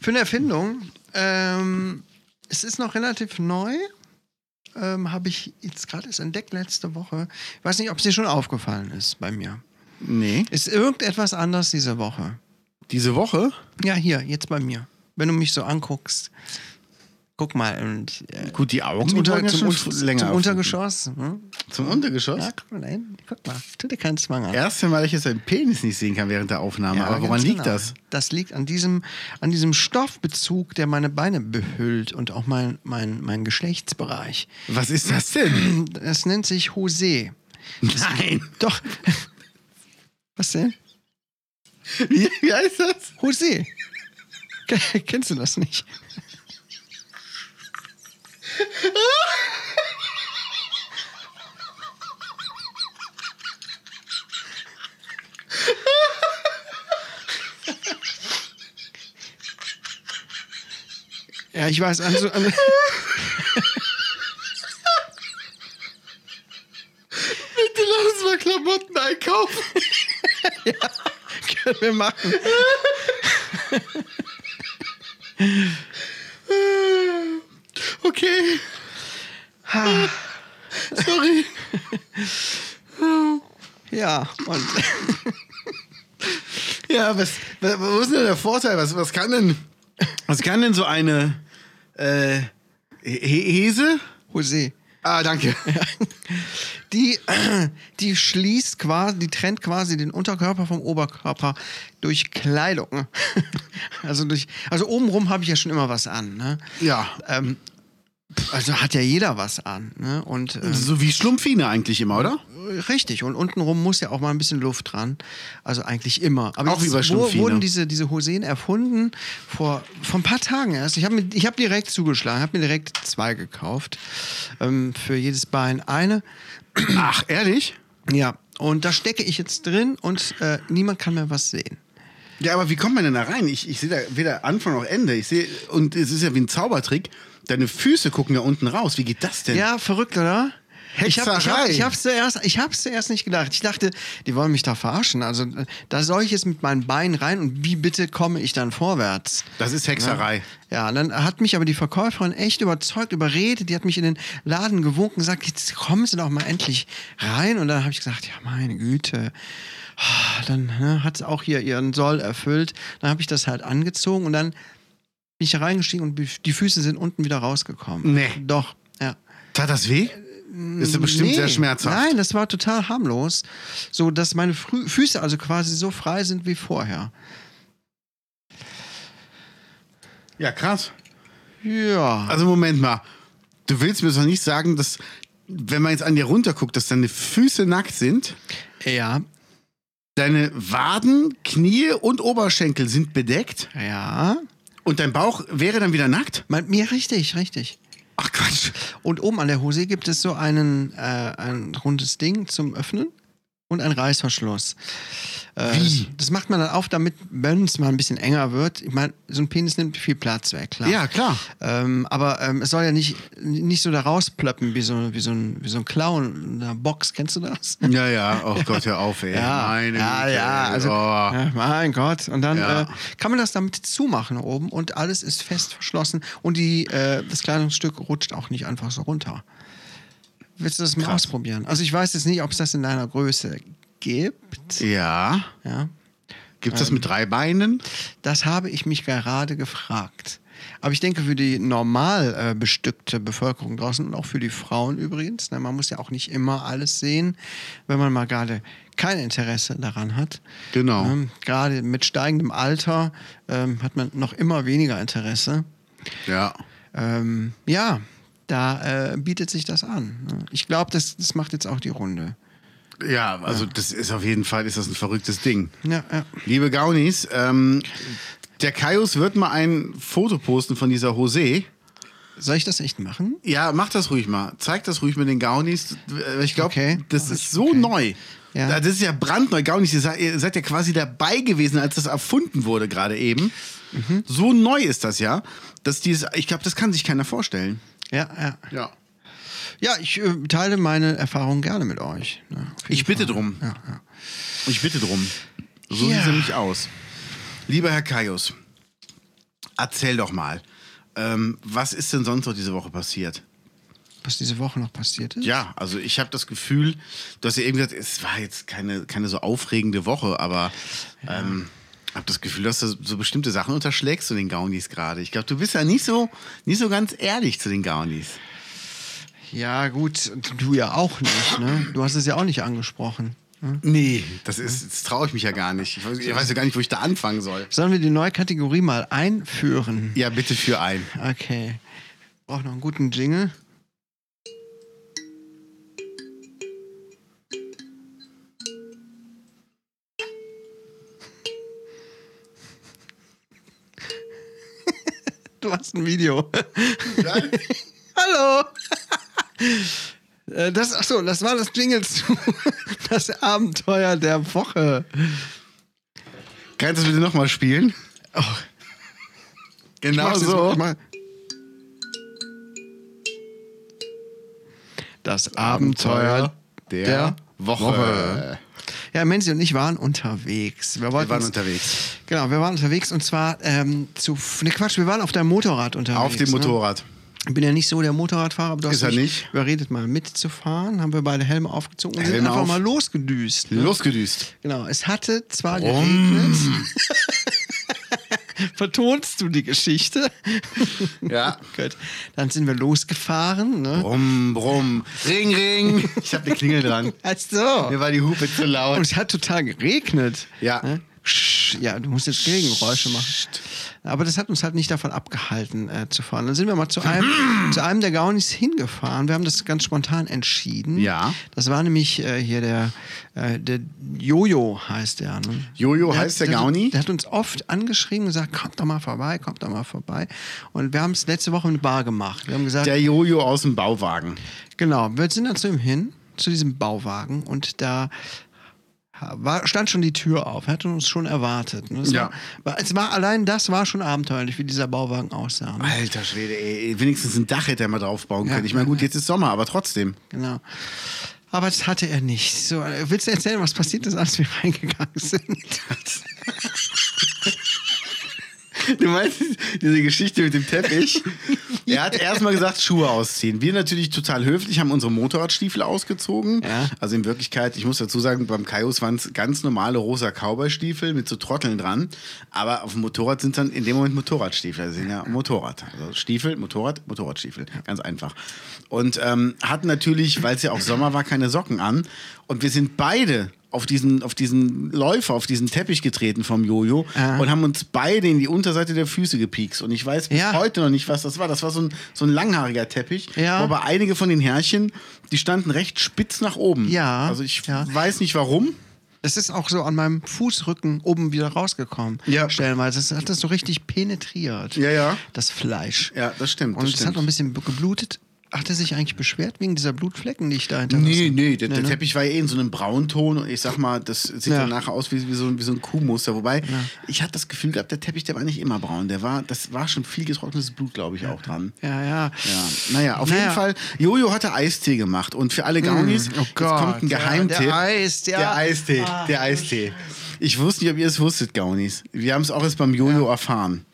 [SPEAKER 2] Für eine Erfindung, ähm, es ist noch relativ neu. Ähm, Habe ich jetzt gerade erst entdeckt letzte Woche. Ich weiß nicht, ob es dir schon aufgefallen ist bei mir.
[SPEAKER 1] Nee.
[SPEAKER 2] Ist irgendetwas anders diese Woche?
[SPEAKER 1] Diese Woche?
[SPEAKER 2] Ja, hier, jetzt bei mir. Wenn du mich so anguckst. Guck mal, und, äh,
[SPEAKER 1] Gut, die Augen
[SPEAKER 2] zum,
[SPEAKER 1] die
[SPEAKER 2] Unter,
[SPEAKER 1] wurden ja
[SPEAKER 2] zum,
[SPEAKER 1] schon
[SPEAKER 2] Unter-
[SPEAKER 1] länger
[SPEAKER 2] zum
[SPEAKER 1] erfunden.
[SPEAKER 2] Untergeschoss. Hm?
[SPEAKER 1] Zum Untergeschoss?
[SPEAKER 2] Ja, guck mal dahin. Guck mal, tu dir keinen Zwang an.
[SPEAKER 1] Erste Mal, dass ich jetzt seinen Penis nicht sehen kann während der Aufnahme.
[SPEAKER 2] Ja,
[SPEAKER 1] Aber woran
[SPEAKER 2] ganz
[SPEAKER 1] liegt
[SPEAKER 2] genau.
[SPEAKER 1] das?
[SPEAKER 2] Das liegt an diesem, an diesem Stoffbezug, der meine Beine behüllt und auch mein, mein, mein Geschlechtsbereich.
[SPEAKER 1] Was ist das denn?
[SPEAKER 2] Das nennt sich Hose.
[SPEAKER 1] Nein.
[SPEAKER 2] Doch. Was denn?
[SPEAKER 1] Wie, wie heißt das?
[SPEAKER 2] Hose. Ke- Kennst du das nicht? Ja, ich weiß. also, An so, an
[SPEAKER 1] Bitte lass uns mal Klamotten einkaufen.
[SPEAKER 2] können wir machen.
[SPEAKER 1] Okay. Ah.
[SPEAKER 2] Ha.
[SPEAKER 1] Sorry.
[SPEAKER 2] Ja, und
[SPEAKER 1] Ja, was, was, wo ist denn der Vorteil? Was, was kann denn, was kann denn so eine äh, He Hese?
[SPEAKER 2] José.
[SPEAKER 1] Ah, danke.
[SPEAKER 2] Die, die schließt quasi, die trennt quasi den Unterkörper vom Oberkörper durch Kleidung. Also durch, also obenrum habe ich ja schon immer was an. Ne?
[SPEAKER 1] Ja.
[SPEAKER 2] Ähm, also hat ja jeder was an. Ne? Und ähm,
[SPEAKER 1] So wie Schlumpfine eigentlich immer, oder?
[SPEAKER 2] Richtig, und untenrum muss ja auch mal ein bisschen Luft dran. Also eigentlich immer. Aber
[SPEAKER 1] Auch wie bei
[SPEAKER 2] jetzt, wo,
[SPEAKER 1] Schlumpfine.
[SPEAKER 2] wurden diese, diese Hosen erfunden vor, vor ein paar Tagen erst. Ich habe hab direkt zugeschlagen, habe mir direkt zwei gekauft. Ähm, für jedes Bein eine.
[SPEAKER 1] Ach, ehrlich?
[SPEAKER 2] Ja, und da stecke ich jetzt drin und äh, niemand kann mehr was sehen.
[SPEAKER 1] Ja, aber wie kommt man denn da rein? Ich, ich sehe da weder Anfang noch Ende. Ich sehe, und es ist ja wie ein Zaubertrick. Deine Füße gucken ja unten raus. Wie geht das denn?
[SPEAKER 2] Ja, verrückt, oder? Ich habe ich hab,
[SPEAKER 1] Hexerei.
[SPEAKER 2] ich hab's zuerst, ich hab's zuerst nicht gedacht. Ich dachte, die wollen mich da verarschen. Also da soll ich jetzt mit meinen Beinen rein und wie bitte komme ich dann vorwärts?
[SPEAKER 1] Das ist Hexerei.
[SPEAKER 2] Ja, und dann hat mich aber die Verkäuferin echt überzeugt, überredet. Die hat mich in den Laden gewunken, gesagt, jetzt kommen Sie doch mal endlich rein. Und dann habe ich gesagt, ja, meine Güte. Dann ne, hat es auch hier ihren Soll erfüllt. Dann habe ich das halt angezogen und dann bin ich reingestiegen und die Füße sind unten wieder rausgekommen.
[SPEAKER 1] Nee.
[SPEAKER 2] Doch, ja.
[SPEAKER 1] Tat das weh? Das ist ja bestimmt
[SPEAKER 2] Nee.
[SPEAKER 1] sehr schmerzhaft.
[SPEAKER 2] Nein, das war total harmlos. So, dass meine Frü Füße also quasi so frei sind wie vorher.
[SPEAKER 1] Ja, krass.
[SPEAKER 2] Ja.
[SPEAKER 1] Also Moment mal. Du willst mir doch nicht sagen, dass, wenn man jetzt an dir runterguckt, dass deine Füße nackt sind,
[SPEAKER 2] Ja,
[SPEAKER 1] deine Waden, Knie und Oberschenkel sind bedeckt
[SPEAKER 2] ja.
[SPEAKER 1] und dein Bauch wäre dann wieder nackt?
[SPEAKER 2] Mein, mir richtig, richtig.
[SPEAKER 1] Ach Quatsch.
[SPEAKER 2] Und oben an der Hose gibt es so einen, äh, ein rundes Ding zum Öffnen und einen Reißverschluss. Äh,
[SPEAKER 1] Wie?
[SPEAKER 2] Das, das macht man dann auf, damit, wenn es mal ein bisschen enger wird. Ich meine, so ein Penis nimmt viel Platz weg, klar.
[SPEAKER 1] Ja, klar.
[SPEAKER 2] Ähm, aber ähm, es soll ja nicht, nicht so da rausplöppen wie so, wie so, ein, wie so ein Clown in einer Box. Kennst du das?
[SPEAKER 1] Ja, ja. Oh Gott, hör auf, ey. Meine
[SPEAKER 2] ja,
[SPEAKER 1] Güte,
[SPEAKER 2] ja,
[SPEAKER 1] ey.
[SPEAKER 2] also,
[SPEAKER 1] oh.
[SPEAKER 2] ja, mein Gott. Und dann
[SPEAKER 1] Ja.
[SPEAKER 2] äh, kann man das damit zumachen oben und alles ist fest verschlossen und die, äh, das Kleidungsstück rutscht auch nicht einfach so runter. Willst du das mal ausprobieren? Also ich weiß jetzt nicht, ob es das in deiner Größe gibt.
[SPEAKER 1] Oh. ja. Ähm.
[SPEAKER 2] Ja,
[SPEAKER 1] Gibt's das mit drei Beinen?
[SPEAKER 2] das habe ich mich gerade gefragt. Aber ich denke, für die normal äh, bestückte Bevölkerung draußen und auch für die Frauen übrigens, ne, man muss ja auch nicht immer alles sehen, wenn man mal gerade kein Interesse daran hat.
[SPEAKER 1] Genau.
[SPEAKER 2] Ähm, Gerade mit steigendem Alter ähm, hat man noch immer weniger Interesse.
[SPEAKER 1] Ja.
[SPEAKER 2] Ähm, ja, da äh, bietet sich das an. ne? Ich glaube, das, das macht jetzt auch die Runde.
[SPEAKER 1] Ja, also das ist auf jeden Fall ist das ein verrücktes Ding.
[SPEAKER 2] Ja, ja.
[SPEAKER 1] Liebe Gaunis, ähm, der Kaius wird mal ein Foto posten von dieser Jose.
[SPEAKER 2] Soll ich das echt machen?
[SPEAKER 1] Ja, mach das ruhig mal. Zeig das ruhig mit den Gaunis. Ich glaube,
[SPEAKER 2] Okay.
[SPEAKER 1] das ist so neu.
[SPEAKER 2] Ja.
[SPEAKER 1] Das ist ja brandneu. Gaunis, ihr seid, ihr seid ja quasi dabei gewesen, als das erfunden wurde gerade eben.
[SPEAKER 2] Mhm.
[SPEAKER 1] So neu ist das ja, dass dieses, ich glaube, das kann sich keiner vorstellen.
[SPEAKER 2] Ja, ja.
[SPEAKER 1] Ja.
[SPEAKER 2] Ja, ich äh, teile meine Erfahrungen gerne mit euch. ne? Auf jeden
[SPEAKER 1] Ich bitte
[SPEAKER 2] Fall.
[SPEAKER 1] drum.
[SPEAKER 2] Ja, ja.
[SPEAKER 1] Ich bitte drum. So
[SPEAKER 2] Ja.
[SPEAKER 1] sieht sie nämlich aus. Lieber Herr Kaius, erzähl doch mal, ähm, was ist denn sonst noch diese Woche passiert?
[SPEAKER 2] Was diese Woche noch passiert ist?
[SPEAKER 1] Ja, also ich habe das Gefühl, du hast ja eben gesagt, es war jetzt keine, keine so aufregende Woche, aber ähm, habe das Gefühl, dass du so bestimmte Sachen unterschlägst zu den Gaunis gerade. Ich glaube, du bist ja nicht so, nicht so ganz ehrlich zu den Gaunis.
[SPEAKER 2] Ja, gut, du ja auch nicht, ne? Du hast es ja auch nicht angesprochen. ne?
[SPEAKER 1] Nee. Das ist, das traue ich mich ja gar nicht. Ich weiß, ich weiß ja gar nicht, wo ich da anfangen soll.
[SPEAKER 2] Sollen wir die neue Kategorie mal einführen?
[SPEAKER 1] Ja, bitte für ein.
[SPEAKER 2] Okay. Braucht noch einen guten Jingle. Du hast ein Video. Hallo. Äh, Das, achso, das war das Jingle zu das Abenteuer der Woche.
[SPEAKER 1] Kannst du das bitte nochmal spielen?
[SPEAKER 2] Oh, ich
[SPEAKER 1] Genau
[SPEAKER 2] mach's jetzt
[SPEAKER 1] so.
[SPEAKER 2] mal. Das Abenteuer der, Woche.
[SPEAKER 1] Woche.
[SPEAKER 2] Ja, Menzi und ich waren unterwegs. Wir, wollten
[SPEAKER 1] waren
[SPEAKER 2] uns-
[SPEAKER 1] unterwegs.
[SPEAKER 2] Genau, wir waren unterwegs und zwar ähm, zu. Ne, Quatsch, wir waren auf deinem Motorrad unterwegs.
[SPEAKER 1] Auf dem
[SPEAKER 2] ne?
[SPEAKER 1] Motorrad.
[SPEAKER 2] Ich bin ja nicht so der Motorradfahrer, aber du hast
[SPEAKER 1] Ist er
[SPEAKER 2] mich
[SPEAKER 1] nicht.
[SPEAKER 2] überredet, mal mitzufahren. Haben wir beide Helme aufgezogen und sind
[SPEAKER 1] Helme
[SPEAKER 2] einfach
[SPEAKER 1] auf.
[SPEAKER 2] mal losgedüst. Ne?
[SPEAKER 1] Losgedüst.
[SPEAKER 2] Genau, es hatte zwar
[SPEAKER 1] Brumm.
[SPEAKER 2] geregnet. Vertonst du die Geschichte?
[SPEAKER 1] Ja.
[SPEAKER 2] Gut. Dann sind wir losgefahren. Ne?
[SPEAKER 1] Brumm, brumm. Ring, ring. Ich habe eine Klingel dran.
[SPEAKER 2] Ach so.
[SPEAKER 1] Mir war die Hupe zu
[SPEAKER 2] Und
[SPEAKER 1] laut.
[SPEAKER 2] es hat total geregnet.
[SPEAKER 1] Ja.
[SPEAKER 2] Ne? Sch- Ja, du musst jetzt Gegengeräusche machen. Aber das hat uns halt nicht davon abgehalten äh, zu fahren. Dann sind wir mal zu einem, zu einem der Gaunis hingefahren. Wir haben das ganz spontan entschieden.
[SPEAKER 1] Ja.
[SPEAKER 2] Das war nämlich äh, hier der, äh, der Jojo heißt der. Ne?
[SPEAKER 1] Jojo heißt der Gauni?
[SPEAKER 2] Der hat uns oft angeschrieben und gesagt, kommt doch mal vorbei, kommt doch mal vorbei. Und wir haben es letzte Woche in der Bar gemacht. Wir haben gesagt,
[SPEAKER 1] Der Jojo aus dem Bauwagen.
[SPEAKER 2] Genau, wir sind dann zu ihm hin, zu diesem Bauwagen und da war, stand schon die Tür auf, er hatte uns schon erwartet. Ne? Es,
[SPEAKER 1] Ja.
[SPEAKER 2] war, es war allein das war schon abenteuerlich, wie dieser Bauwagen aussah. Ne?
[SPEAKER 1] Alter Schwede, ey. Wenigstens ein Dach hätte er mal draufbauen
[SPEAKER 2] Ja.
[SPEAKER 1] können. Ich meine, gut, jetzt ist Sommer, aber trotzdem.
[SPEAKER 2] Genau. Aber das hatte er nicht. So, äh, willst du erzählen, was passiert ist, als wir reingegangen sind?
[SPEAKER 1] Du meinst diese Geschichte mit dem Teppich? Er hat erstmal gesagt, Schuhe ausziehen. Wir natürlich total höflich haben unsere Motorradstiefel ausgezogen.
[SPEAKER 2] Ja.
[SPEAKER 1] Also in Wirklichkeit, ich muss dazu sagen, beim Kaius waren es ganz normale rosa Cowboy-Stiefel mit so Trotteln dran. Aber auf dem Motorrad sind dann in dem Moment Motorradstiefel. Das sind ja Motorrad. Also Stiefel, Motorrad, Motorradstiefel. Ganz einfach. Und ähm, hatten natürlich, weil es ja auch Sommer war, keine Socken an. Und wir sind beide auf diesen, auf diesen Läufer, auf diesen Teppich getreten vom Jojo
[SPEAKER 2] Ah.
[SPEAKER 1] und haben uns beide in die Unterseite der Füße gepiekst. Und ich weiß bis
[SPEAKER 2] Ja.
[SPEAKER 1] heute noch nicht, was das war. Das war so ein, so ein langhaariger Teppich.
[SPEAKER 2] Ja.
[SPEAKER 1] Aber einige von den Härchen, die standen recht spitz nach oben.
[SPEAKER 2] Ja,
[SPEAKER 1] Also ich
[SPEAKER 2] ja.
[SPEAKER 1] weiß nicht warum.
[SPEAKER 2] Es ist auch so an meinem Fußrücken oben wieder rausgekommen.
[SPEAKER 1] Ja.
[SPEAKER 2] Stellenweise. Das hat das so richtig penetriert.
[SPEAKER 1] Ja, ja.
[SPEAKER 2] Das Fleisch.
[SPEAKER 1] Ja, das stimmt, das
[SPEAKER 2] Und es
[SPEAKER 1] stimmt.
[SPEAKER 2] hat noch ein bisschen geblutet. Hat er sich eigentlich beschwert wegen dieser Blutflecken, die ich da hinterlasse?
[SPEAKER 1] Nee, nee, der, der
[SPEAKER 2] ne?
[SPEAKER 1] Teppich war ja eh in so einem Braunton und ich sag mal, das sieht
[SPEAKER 2] Ja.
[SPEAKER 1] dann nachher aus wie, wie, so, ein- wie so ein Kuhmuster. Wobei, ich hatte das Gefühl gehabt, der Teppich, der war nicht immer braun. Der war, das war schon viel getrocknetes Blut, glaube ich, auch dran.
[SPEAKER 2] Ja, ja.
[SPEAKER 1] Ja, naja, auf
[SPEAKER 2] Naja.
[SPEAKER 1] jeden Fall, Jojo hatte Eistee gemacht und für alle Gaunis,
[SPEAKER 2] oh Gott,
[SPEAKER 1] jetzt kommt ein
[SPEAKER 2] ja, der
[SPEAKER 1] Geheimtipp.
[SPEAKER 2] Eis, ja.
[SPEAKER 1] Der Eistee,
[SPEAKER 2] Ah.
[SPEAKER 1] der Eistee. Ich wusste nicht, ob ihr es wusstet, Gaunis. Wir haben es auch erst beim Jojo erfahren.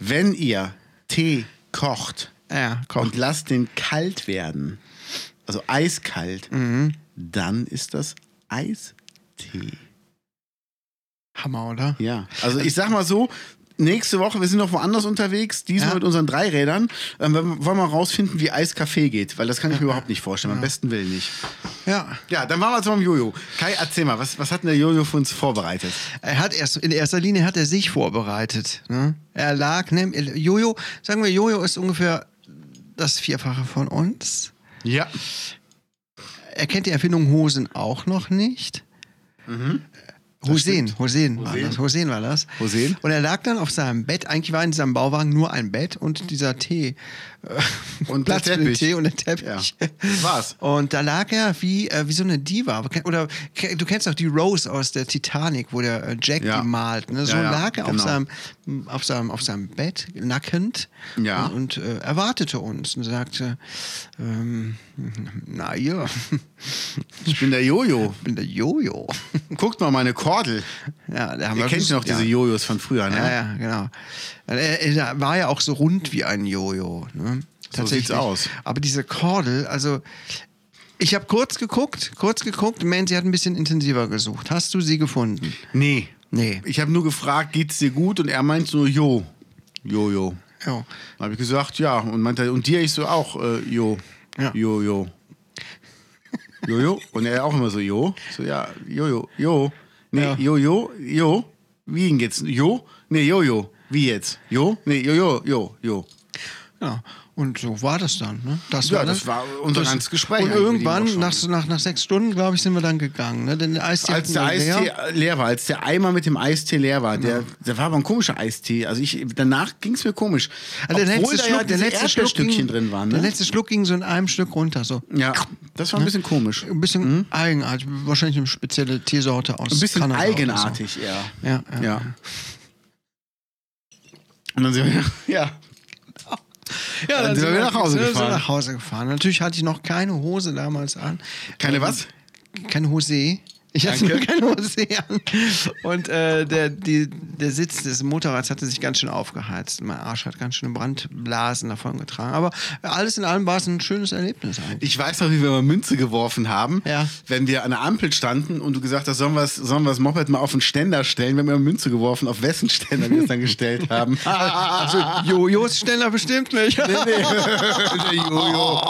[SPEAKER 1] Wenn ihr Tee kocht
[SPEAKER 2] Ja, komm.
[SPEAKER 1] und lasst den kalt werden, also eiskalt,
[SPEAKER 2] Mhm.
[SPEAKER 1] dann ist das Eistee.
[SPEAKER 2] Hammer, oder?
[SPEAKER 1] Ja, also ich sag mal so, nächste Woche, wir sind noch woanders unterwegs, diesmal
[SPEAKER 2] Ja.
[SPEAKER 1] mit unseren Dreirädern. Ähm, wir wollen mal rausfinden, wie Eiskaffee geht, weil das kann ich mir überhaupt nicht vorstellen, am besten Willen nicht.
[SPEAKER 2] Ja.
[SPEAKER 1] Ja, dann waren wir zum Jojo. Kai, erzähl mal, was, was hat denn der Jojo für uns vorbereitet?
[SPEAKER 2] Er hat erst, in erster Linie hat er sich vorbereitet. Ne? Er lag, ne, Jojo, sagen wir, Jojo ist ungefähr das Vierfache von uns.
[SPEAKER 1] Ja.
[SPEAKER 2] Er kennt die Erfindung Hosen auch noch nicht.
[SPEAKER 1] Mhm.
[SPEAKER 2] Äh, Hosen, Hosen, war das. Hosen war das.
[SPEAKER 1] Hosen.
[SPEAKER 2] Und er lag dann auf seinem Bett. Eigentlich war in diesem Bauwagen nur ein Bett und dieser Tee. äh,
[SPEAKER 1] Und
[SPEAKER 2] Platz
[SPEAKER 1] der
[SPEAKER 2] für den
[SPEAKER 1] Teppich.
[SPEAKER 2] Tee und den Teppich.
[SPEAKER 1] Ja. Das war's.
[SPEAKER 2] Und da lag er wie, äh, wie so eine Diva. Aber ke- Oder ke- du kennst doch die Rose aus der Titanic, wo der äh, Jack
[SPEAKER 1] Ja.
[SPEAKER 2] die malt. Ne? So
[SPEAKER 1] Ja, ja,
[SPEAKER 2] lag er auf,
[SPEAKER 1] genau.
[SPEAKER 2] seinem, m, auf, seinem, auf seinem Bett, nackend,
[SPEAKER 1] Ja.
[SPEAKER 2] und, und äh, erwartete uns und sagte: ähm, Na ja,
[SPEAKER 1] Ich bin der Jojo.
[SPEAKER 2] ich bin der Jojo.
[SPEAKER 1] Guckt mal meine Kordel.
[SPEAKER 2] Ja, da haben
[SPEAKER 1] Ihr
[SPEAKER 2] wir
[SPEAKER 1] kennt
[SPEAKER 2] schon-
[SPEAKER 1] noch diese
[SPEAKER 2] ja.
[SPEAKER 1] Jojos von früher, ne?
[SPEAKER 2] Ja, ja, genau. Er, er war ja auch so rund wie ein Jojo. Ne? Tatsächlich.
[SPEAKER 1] sieht's aus.
[SPEAKER 2] Aber diese Kordel, also ich habe kurz geguckt, kurz geguckt, Mansi hat ein bisschen intensiver gesucht. Hast du sie gefunden?
[SPEAKER 1] Nee.
[SPEAKER 2] Nee.
[SPEAKER 1] Ich habe nur gefragt, geht's dir gut? Und er meint nur Jo. Jojo.
[SPEAKER 2] Ja.
[SPEAKER 1] Dann habe ich gesagt, ja. Und meinte, er, und dir ich so auch, äh, jo.
[SPEAKER 2] Ja.
[SPEAKER 1] Jo, jo. Jo, jo. Und er auch immer so, jo. So, ja, jo, jo, jo. Nee,
[SPEAKER 2] Ja.
[SPEAKER 1] jo, jo, jo. Wie denn jetzt? Jo? Nee, jo, jo. Wie jetzt? Jo? Nee, jo, jo, jo, jo.
[SPEAKER 2] ja. Und so war das dann. Ne? Das
[SPEAKER 1] Ja,
[SPEAKER 2] war
[SPEAKER 1] das war unser ganzes Gespräch eigentlich
[SPEAKER 2] Und
[SPEAKER 1] mit ihm auch
[SPEAKER 2] irgendwann,
[SPEAKER 1] schon.
[SPEAKER 2] nach, so- nach, nach sechs Stunden, glaube ich, sind wir dann gegangen. Ne? Denn der Eistee
[SPEAKER 1] Als
[SPEAKER 2] hatten
[SPEAKER 1] der
[SPEAKER 2] wir leer.
[SPEAKER 1] Eistee leer war, als der Eimer mit dem Eistee leer war, der, der war aber ein komischer Eistee. Also ich, danach ging es mir komisch.
[SPEAKER 2] Also der
[SPEAKER 1] Obwohl
[SPEAKER 2] letzte
[SPEAKER 1] da
[SPEAKER 2] Schluck,
[SPEAKER 1] ja
[SPEAKER 2] der
[SPEAKER 1] diese
[SPEAKER 2] letzte Schluck
[SPEAKER 1] Erdbeerstückchen
[SPEAKER 2] ging,
[SPEAKER 1] drin waren.
[SPEAKER 2] Der
[SPEAKER 1] Ne?
[SPEAKER 2] letzte Ne? Schluck ging so in einem Stück runter. So.
[SPEAKER 1] Ja, das war ein bisschen komisch.
[SPEAKER 2] Ein bisschen eigenartig, wahrscheinlich eine spezielle Teesorte aus
[SPEAKER 1] Hm? Ein bisschen
[SPEAKER 2] Kanada oder so.
[SPEAKER 1] eigenartig, eher.
[SPEAKER 2] Ja, ja.
[SPEAKER 1] Ja. Und dann sind wir, ja.
[SPEAKER 2] Ja,
[SPEAKER 1] Dann sind wir nach Hause
[SPEAKER 2] sind wir
[SPEAKER 1] gefahren.
[SPEAKER 2] nach Hause gefahren. Natürlich hatte ich noch keine Hose damals an. Ähm,
[SPEAKER 1] Keine was?
[SPEAKER 2] Kein Hose. Ich hatte
[SPEAKER 1] Danke.
[SPEAKER 2] nur kein Hose an. Und äh, der, die, der Sitz des Motorrads hatte sich ganz schön aufgeheizt. Mein Arsch hat ganz schöne Brandblasen davon getragen. Aber alles in allem war es ein schönes Erlebnis eigentlich.
[SPEAKER 1] Ich weiß noch, wie wir mal Münze geworfen haben,
[SPEAKER 2] Ja.
[SPEAKER 1] wenn wir an der Ampel standen und du gesagt hast, sollen wir das- sollen wir das Moped mal auf den Ständer stellen? Wir haben immer Münze geworfen, auf wessen Ständer wir es dann gestellt haben.
[SPEAKER 2] Also Jojos Ständer bestimmt nicht.
[SPEAKER 1] Der Jojo.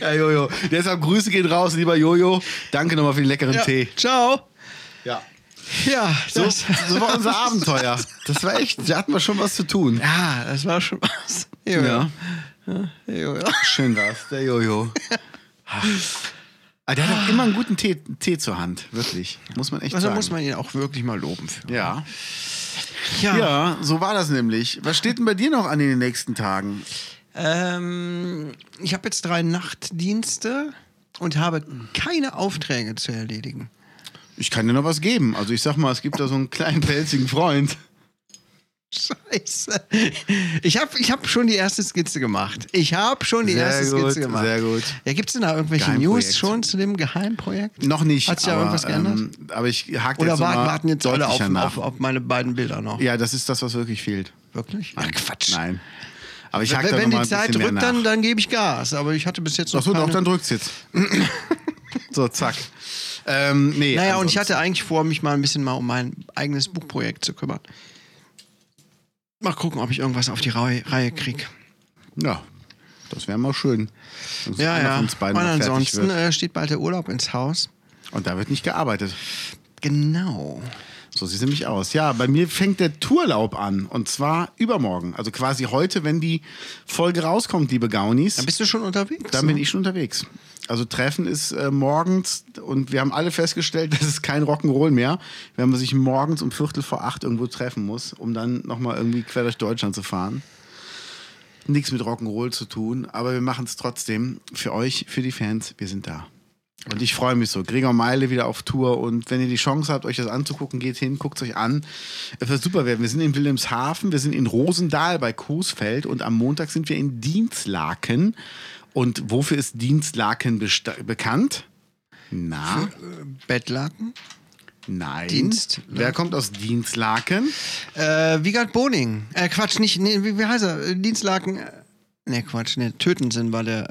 [SPEAKER 1] ja, Jojo. Deshalb Grüße gehen raus, lieber Jojo. Danke nochmal für den leckeren
[SPEAKER 2] Ja.
[SPEAKER 1] Tee.
[SPEAKER 2] Ciao.
[SPEAKER 1] Ja.
[SPEAKER 2] Ja,
[SPEAKER 1] So,
[SPEAKER 2] das,
[SPEAKER 1] so war unser Abenteuer. Das war echt, da hatten wir schon was zu tun.
[SPEAKER 2] ja, das war schon was. Jojo.
[SPEAKER 1] Ja.
[SPEAKER 2] Ja, Jojo.
[SPEAKER 1] Schön war's, der Jojo. Ach. Aber der hat auch immer einen guten Tee, Tee zur Hand, wirklich. Muss man echt
[SPEAKER 2] Also
[SPEAKER 1] sagen.
[SPEAKER 2] muss man Ah. ihn auch wirklich mal loben für.
[SPEAKER 1] ja. ja, so war das nämlich. Was steht denn bei dir noch an in den nächsten Tagen?
[SPEAKER 2] Ähm, ich habe jetzt drei Nachtdienste und habe keine Aufträge zu erledigen.
[SPEAKER 1] Ich kann dir noch was geben. Also ich sag mal, es gibt da so einen kleinen pelzigen Freund.
[SPEAKER 2] Scheiße. Ich habe ich hab schon die erste Skizze gemacht. Ich habe schon die
[SPEAKER 1] Sehr
[SPEAKER 2] erste
[SPEAKER 1] gut,
[SPEAKER 2] Skizze gemacht.
[SPEAKER 1] sehr gut.
[SPEAKER 2] Ja, gibt es denn da irgendwelche
[SPEAKER 1] Geheimprojekt.
[SPEAKER 2] News schon zu dem Geheimprojekt?
[SPEAKER 1] Noch nicht.
[SPEAKER 2] Hat sich ja
[SPEAKER 1] aber,
[SPEAKER 2] irgendwas geändert?
[SPEAKER 1] Ähm, aber ich hake
[SPEAKER 2] Oder
[SPEAKER 1] jetzt noch
[SPEAKER 2] warten,
[SPEAKER 1] mal
[SPEAKER 2] warten jetzt alle auf,
[SPEAKER 1] deutlicher nach.
[SPEAKER 2] auf, auf meine beiden Bilder noch?
[SPEAKER 1] Ja, das ist das, was wirklich fehlt.
[SPEAKER 2] Wirklich? Ach, Quatsch.
[SPEAKER 1] Nein. Aber ich hake
[SPEAKER 2] Wenn,
[SPEAKER 1] da noch
[SPEAKER 2] wenn
[SPEAKER 1] mal
[SPEAKER 2] die
[SPEAKER 1] ein
[SPEAKER 2] Zeit
[SPEAKER 1] bisschen mehr
[SPEAKER 2] drückt,
[SPEAKER 1] nach.
[SPEAKER 2] dann, dann gebe ich Gas. Aber ich hatte bis jetzt noch
[SPEAKER 1] Achso, doch,
[SPEAKER 2] keine-
[SPEAKER 1] dann drückt's jetzt. so, zack. Ähm, nee,
[SPEAKER 2] Naja, und
[SPEAKER 1] ansonsten-
[SPEAKER 2] ich hatte eigentlich vor, mich mal ein bisschen mal um mein eigenes Buchprojekt zu kümmern. Mal gucken, ob ich irgendwas auf die Rei Reihe kriege.
[SPEAKER 1] Ja, das wäre mal schön. Dass
[SPEAKER 2] Ja,
[SPEAKER 1] einer
[SPEAKER 2] ja.
[SPEAKER 1] von uns beiden
[SPEAKER 2] und
[SPEAKER 1] mal fertig
[SPEAKER 2] ansonsten
[SPEAKER 1] Wird.
[SPEAKER 2] äh, steht bald der Urlaub ins Haus.
[SPEAKER 1] Und da wird nicht gearbeitet.
[SPEAKER 2] Genau.
[SPEAKER 1] So sieht es nämlich aus. Ja, bei mir fängt der Tourlaub an. Und zwar übermorgen. Also quasi heute, wenn die Folge rauskommt, liebe Gaunis.
[SPEAKER 2] Dann bist du schon unterwegs.
[SPEAKER 1] Dann bin ich schon unterwegs. Also Treffen ist äh, morgens und wir haben alle festgestellt, das ist kein Rock'n'Roll mehr, wenn man sich morgens um Viertel vor acht irgendwo treffen muss, um dann nochmal irgendwie quer durch Deutschland zu fahren. Nichts mit Rock'n'Roll zu tun, aber wir machen es trotzdem für euch, für die Fans, wir sind da. Und ich freue mich so. Gregor Meile wieder auf Tour und wenn ihr die Chance habt, euch das anzugucken, geht hin, guckt euch an. Es wird super werden. Wir sind in Wilhelmshaven, wir sind in Rosendahl bei Coesfeld und am Montag sind wir in Dienstlaken. Und wofür ist Dienstlaken besta- bekannt? Na,
[SPEAKER 2] Äh, Bettlaken.
[SPEAKER 1] nein.
[SPEAKER 2] Dienst-
[SPEAKER 1] Wer kommt aus Dienstlaken?
[SPEAKER 2] Äh, Wiegald Boning. Äh, Quatsch, nicht. Nee, wie, wie heißt er? Äh, Dienstlaken. äh, Nee, Quatsch, nee, Tötensinn war der,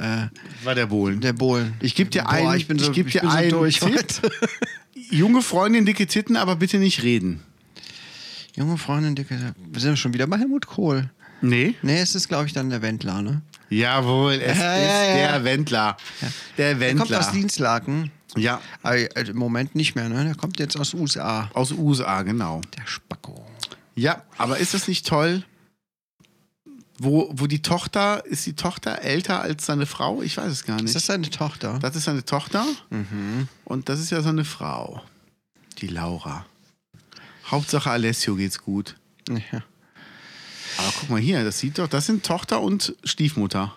[SPEAKER 2] äh,
[SPEAKER 1] War der Bohlen.
[SPEAKER 2] der Bohl.
[SPEAKER 1] Ich geb dir
[SPEAKER 2] Boah,
[SPEAKER 1] einen-
[SPEAKER 2] ich bin so,
[SPEAKER 1] ich geb dir
[SPEAKER 2] bin
[SPEAKER 1] einen
[SPEAKER 2] so durch
[SPEAKER 1] Tipp.
[SPEAKER 2] heute.
[SPEAKER 1] Junge Freundin, dicke Titten, aber bitte nicht reden.
[SPEAKER 2] Junge Freundin, dicke. Wir sind schon wieder bei Helmut Kohl.
[SPEAKER 1] Nee?
[SPEAKER 2] Nee, es ist, glaube ich, dann der Wendler, ne?
[SPEAKER 1] Jawohl, es
[SPEAKER 2] Ja,
[SPEAKER 1] ist
[SPEAKER 2] ja, ja.
[SPEAKER 1] der Wendler. Der
[SPEAKER 2] Der kommt aus
[SPEAKER 1] Wendler.
[SPEAKER 2] Dienstlaken.
[SPEAKER 1] ja,
[SPEAKER 2] Aber äh, im Moment nicht mehr, ne? Der kommt jetzt aus USA.
[SPEAKER 1] aus USA, genau.
[SPEAKER 2] Der Spacko.
[SPEAKER 1] Ja, aber ist das nicht toll? Wo, wo die Tochter, ist die Tochter älter als seine Frau? Ich weiß es gar nicht.
[SPEAKER 2] Ist das seine Tochter? Mhm.
[SPEAKER 1] Das ist seine Tochter und das ist ja seine Frau, die Laura. Hauptsache Alessio geht's gut.
[SPEAKER 2] Ja.
[SPEAKER 1] Aber guck mal hier, das sieht doch, das sind Tochter und Stiefmutter.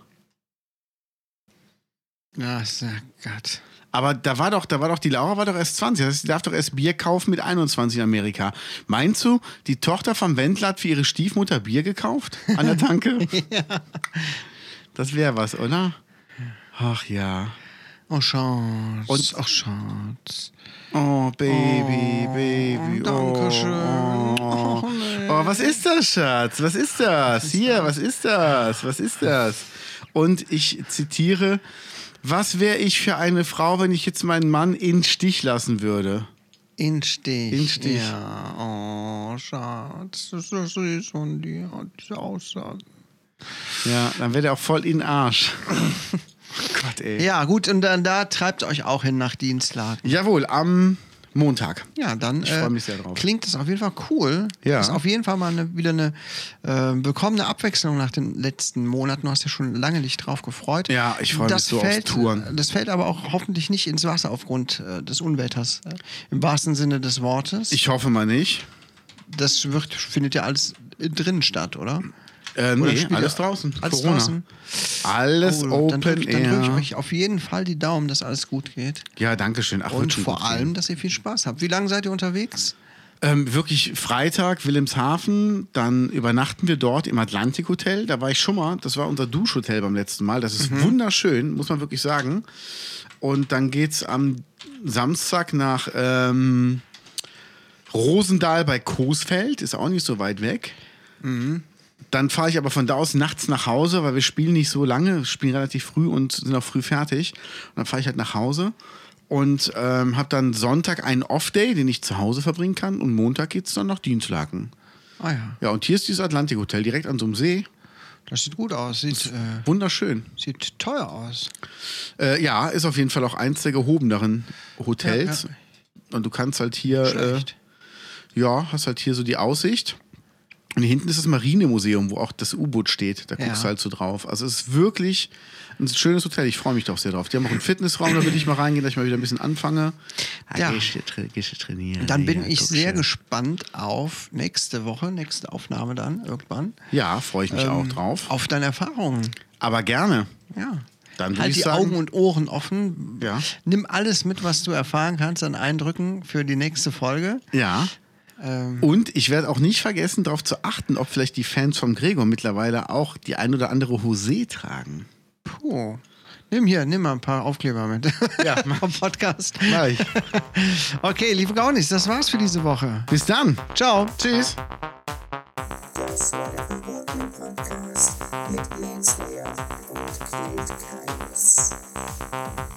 [SPEAKER 1] Ah,
[SPEAKER 2] Ach, sehr Gott.
[SPEAKER 1] Aber da war doch, da war doch, die Laura war doch erst 20. Das heißt, sie darf doch erst Bier kaufen mit 21 in Amerika. Meinst du, die Tochter vom Wendler hat für ihre Stiefmutter Bier gekauft? An der Tanke? ja. Das wäre was, oder? Ach ja.
[SPEAKER 2] Oh, Schatz.
[SPEAKER 1] Und-
[SPEAKER 2] oh, Schatz.
[SPEAKER 1] Oh, Baby, Baby. Oh,
[SPEAKER 2] Dankeschön.
[SPEAKER 1] Oh,
[SPEAKER 2] Oh, nee.
[SPEAKER 1] oh, was ist das, Schatz? Was ist das? Hier, was ist das? Was ist das? Und ich zitiere: Was wäre ich für eine Frau, wenn ich jetzt meinen Mann in Stich lassen würde?
[SPEAKER 2] In Stich.
[SPEAKER 1] In Stich.
[SPEAKER 2] Ja. Oh, Schatz. Das ist so süß von dir, oh, diese Aussage.
[SPEAKER 1] Ja, dann wird er auch voll in den Arsch. oh Gott, ey.
[SPEAKER 2] Ja, gut, und dann da treibt euch auch hin nach Dienstlaken.
[SPEAKER 1] Jawohl, am Montag.
[SPEAKER 2] Ja, dann äh,
[SPEAKER 1] Ich freu mich sehr drauf.
[SPEAKER 2] klingt das auf jeden Fall cool.
[SPEAKER 1] Ja.
[SPEAKER 2] Ist auf jeden Fall mal eine, wieder eine äh, willkommene Abwechslung nach den letzten Monaten. Du hast ja schon lange dich drauf gefreut.
[SPEAKER 1] Ja, ich freu mich
[SPEAKER 2] Das
[SPEAKER 1] so auf
[SPEAKER 2] fällt,
[SPEAKER 1] Touren.
[SPEAKER 2] Das fällt aber auch hoffentlich nicht ins Wasser aufgrund äh, des Unwetters. Äh, Im wahrsten Sinne des Wortes.
[SPEAKER 1] Ich hoffe mal nicht.
[SPEAKER 2] das wird, findet ja alles äh, drinnen statt, oder?
[SPEAKER 1] Äh,
[SPEAKER 2] Oder
[SPEAKER 1] nee,
[SPEAKER 2] spielt
[SPEAKER 1] alles
[SPEAKER 2] ihr-
[SPEAKER 1] draußen.
[SPEAKER 2] Alles
[SPEAKER 1] Corona.
[SPEAKER 2] draußen.
[SPEAKER 1] Alles
[SPEAKER 2] Oh,
[SPEAKER 1] Open
[SPEAKER 2] dann drücke ich, dann drück ich
[SPEAKER 1] Air.
[SPEAKER 2] euch auf jeden Fall die Daumen, dass alles gut geht.
[SPEAKER 1] Ja, danke schön. Ach, wird
[SPEAKER 2] Und
[SPEAKER 1] schon
[SPEAKER 2] vor
[SPEAKER 1] gut gehen.
[SPEAKER 2] allem, dass ihr viel Spaß habt. Wie lange seid ihr unterwegs?
[SPEAKER 1] Ähm, wirklich Freitag Wilhelmshaven, dann übernachten wir dort im Atlantik Hotel. Da war ich schon mal, das war unser Duschhotel beim letzten Mal. Das ist wunderschön, muss man wirklich sagen. Und dann geht's am Samstag nach ähm, Rosendahl bei Coesfeld, ist auch nicht so weit weg. Dann fahre ich aber von da aus nachts nach Hause, weil wir spielen nicht so lange, spielen relativ früh und sind auch früh fertig. Und dann fahre ich halt nach Hause und ähm, habe dann Sonntag einen Off-Day, den ich zu Hause verbringen kann. Und Montag geht's dann nach Dienstlaken.
[SPEAKER 2] Ah ja,
[SPEAKER 1] Ja, und hier ist dieses Atlantikhotel direkt an so einem See.
[SPEAKER 2] das sieht gut aus. Sieht, äh,
[SPEAKER 1] Wunderschön.
[SPEAKER 2] sieht teuer aus.
[SPEAKER 1] Äh, ja, ist auf jeden Fall auch eins der gehobeneren Hotels.
[SPEAKER 2] Ja,
[SPEAKER 1] Und du kannst halt hier, äh,
[SPEAKER 2] Schlecht.
[SPEAKER 1] ja, hast halt hier so die Aussicht. Und hier hinten ist das Marinemuseum, wo auch das U-Boot steht. Da
[SPEAKER 2] Ja.
[SPEAKER 1] guckst du halt so drauf. Also es ist wirklich ein schönes Hotel. Ich freue mich doch sehr drauf. Die haben auch einen Fitnessraum, da will ich mal reingehen, dass ich mal wieder ein bisschen anfange.
[SPEAKER 2] Ja.
[SPEAKER 1] gehst du tra- gehst du trainieren.
[SPEAKER 2] Dann bin
[SPEAKER 1] Ja,
[SPEAKER 2] ich
[SPEAKER 1] guck
[SPEAKER 2] sehr
[SPEAKER 1] schon.
[SPEAKER 2] gespannt auf nächste Woche, nächste Aufnahme dann irgendwann. Hm.
[SPEAKER 1] Ja, freue ich mich
[SPEAKER 2] Ähm,
[SPEAKER 1] auch drauf.
[SPEAKER 2] Auf deine Erfahrungen.
[SPEAKER 1] Aber gerne.
[SPEAKER 2] Ja.
[SPEAKER 1] Dann würd
[SPEAKER 2] halt
[SPEAKER 1] ich
[SPEAKER 2] die
[SPEAKER 1] sagen-
[SPEAKER 2] Augen und Ohren offen.
[SPEAKER 1] Ja.
[SPEAKER 2] Nimm alles mit, was du erfahren kannst an Eindrücken für die nächste Folge.
[SPEAKER 1] Ja.
[SPEAKER 2] Ähm,
[SPEAKER 1] Und ich werde auch nicht vergessen, darauf zu achten, ob vielleicht die Fans vom Gregor mittlerweile auch die ein oder andere Hose tragen.
[SPEAKER 2] puh. Nimm hier, nimm mal ein paar Aufkleber mit.
[SPEAKER 1] Ja, mach-
[SPEAKER 2] Vom Podcast.
[SPEAKER 1] Gleich.
[SPEAKER 2] Okay, liebe Gaunis, das war's für diese Woche.
[SPEAKER 1] Bis dann.
[SPEAKER 2] Ciao.
[SPEAKER 1] Tschüss.
[SPEAKER 4] Das war der Working Podcast mit Jens Lehr und Knut Keines.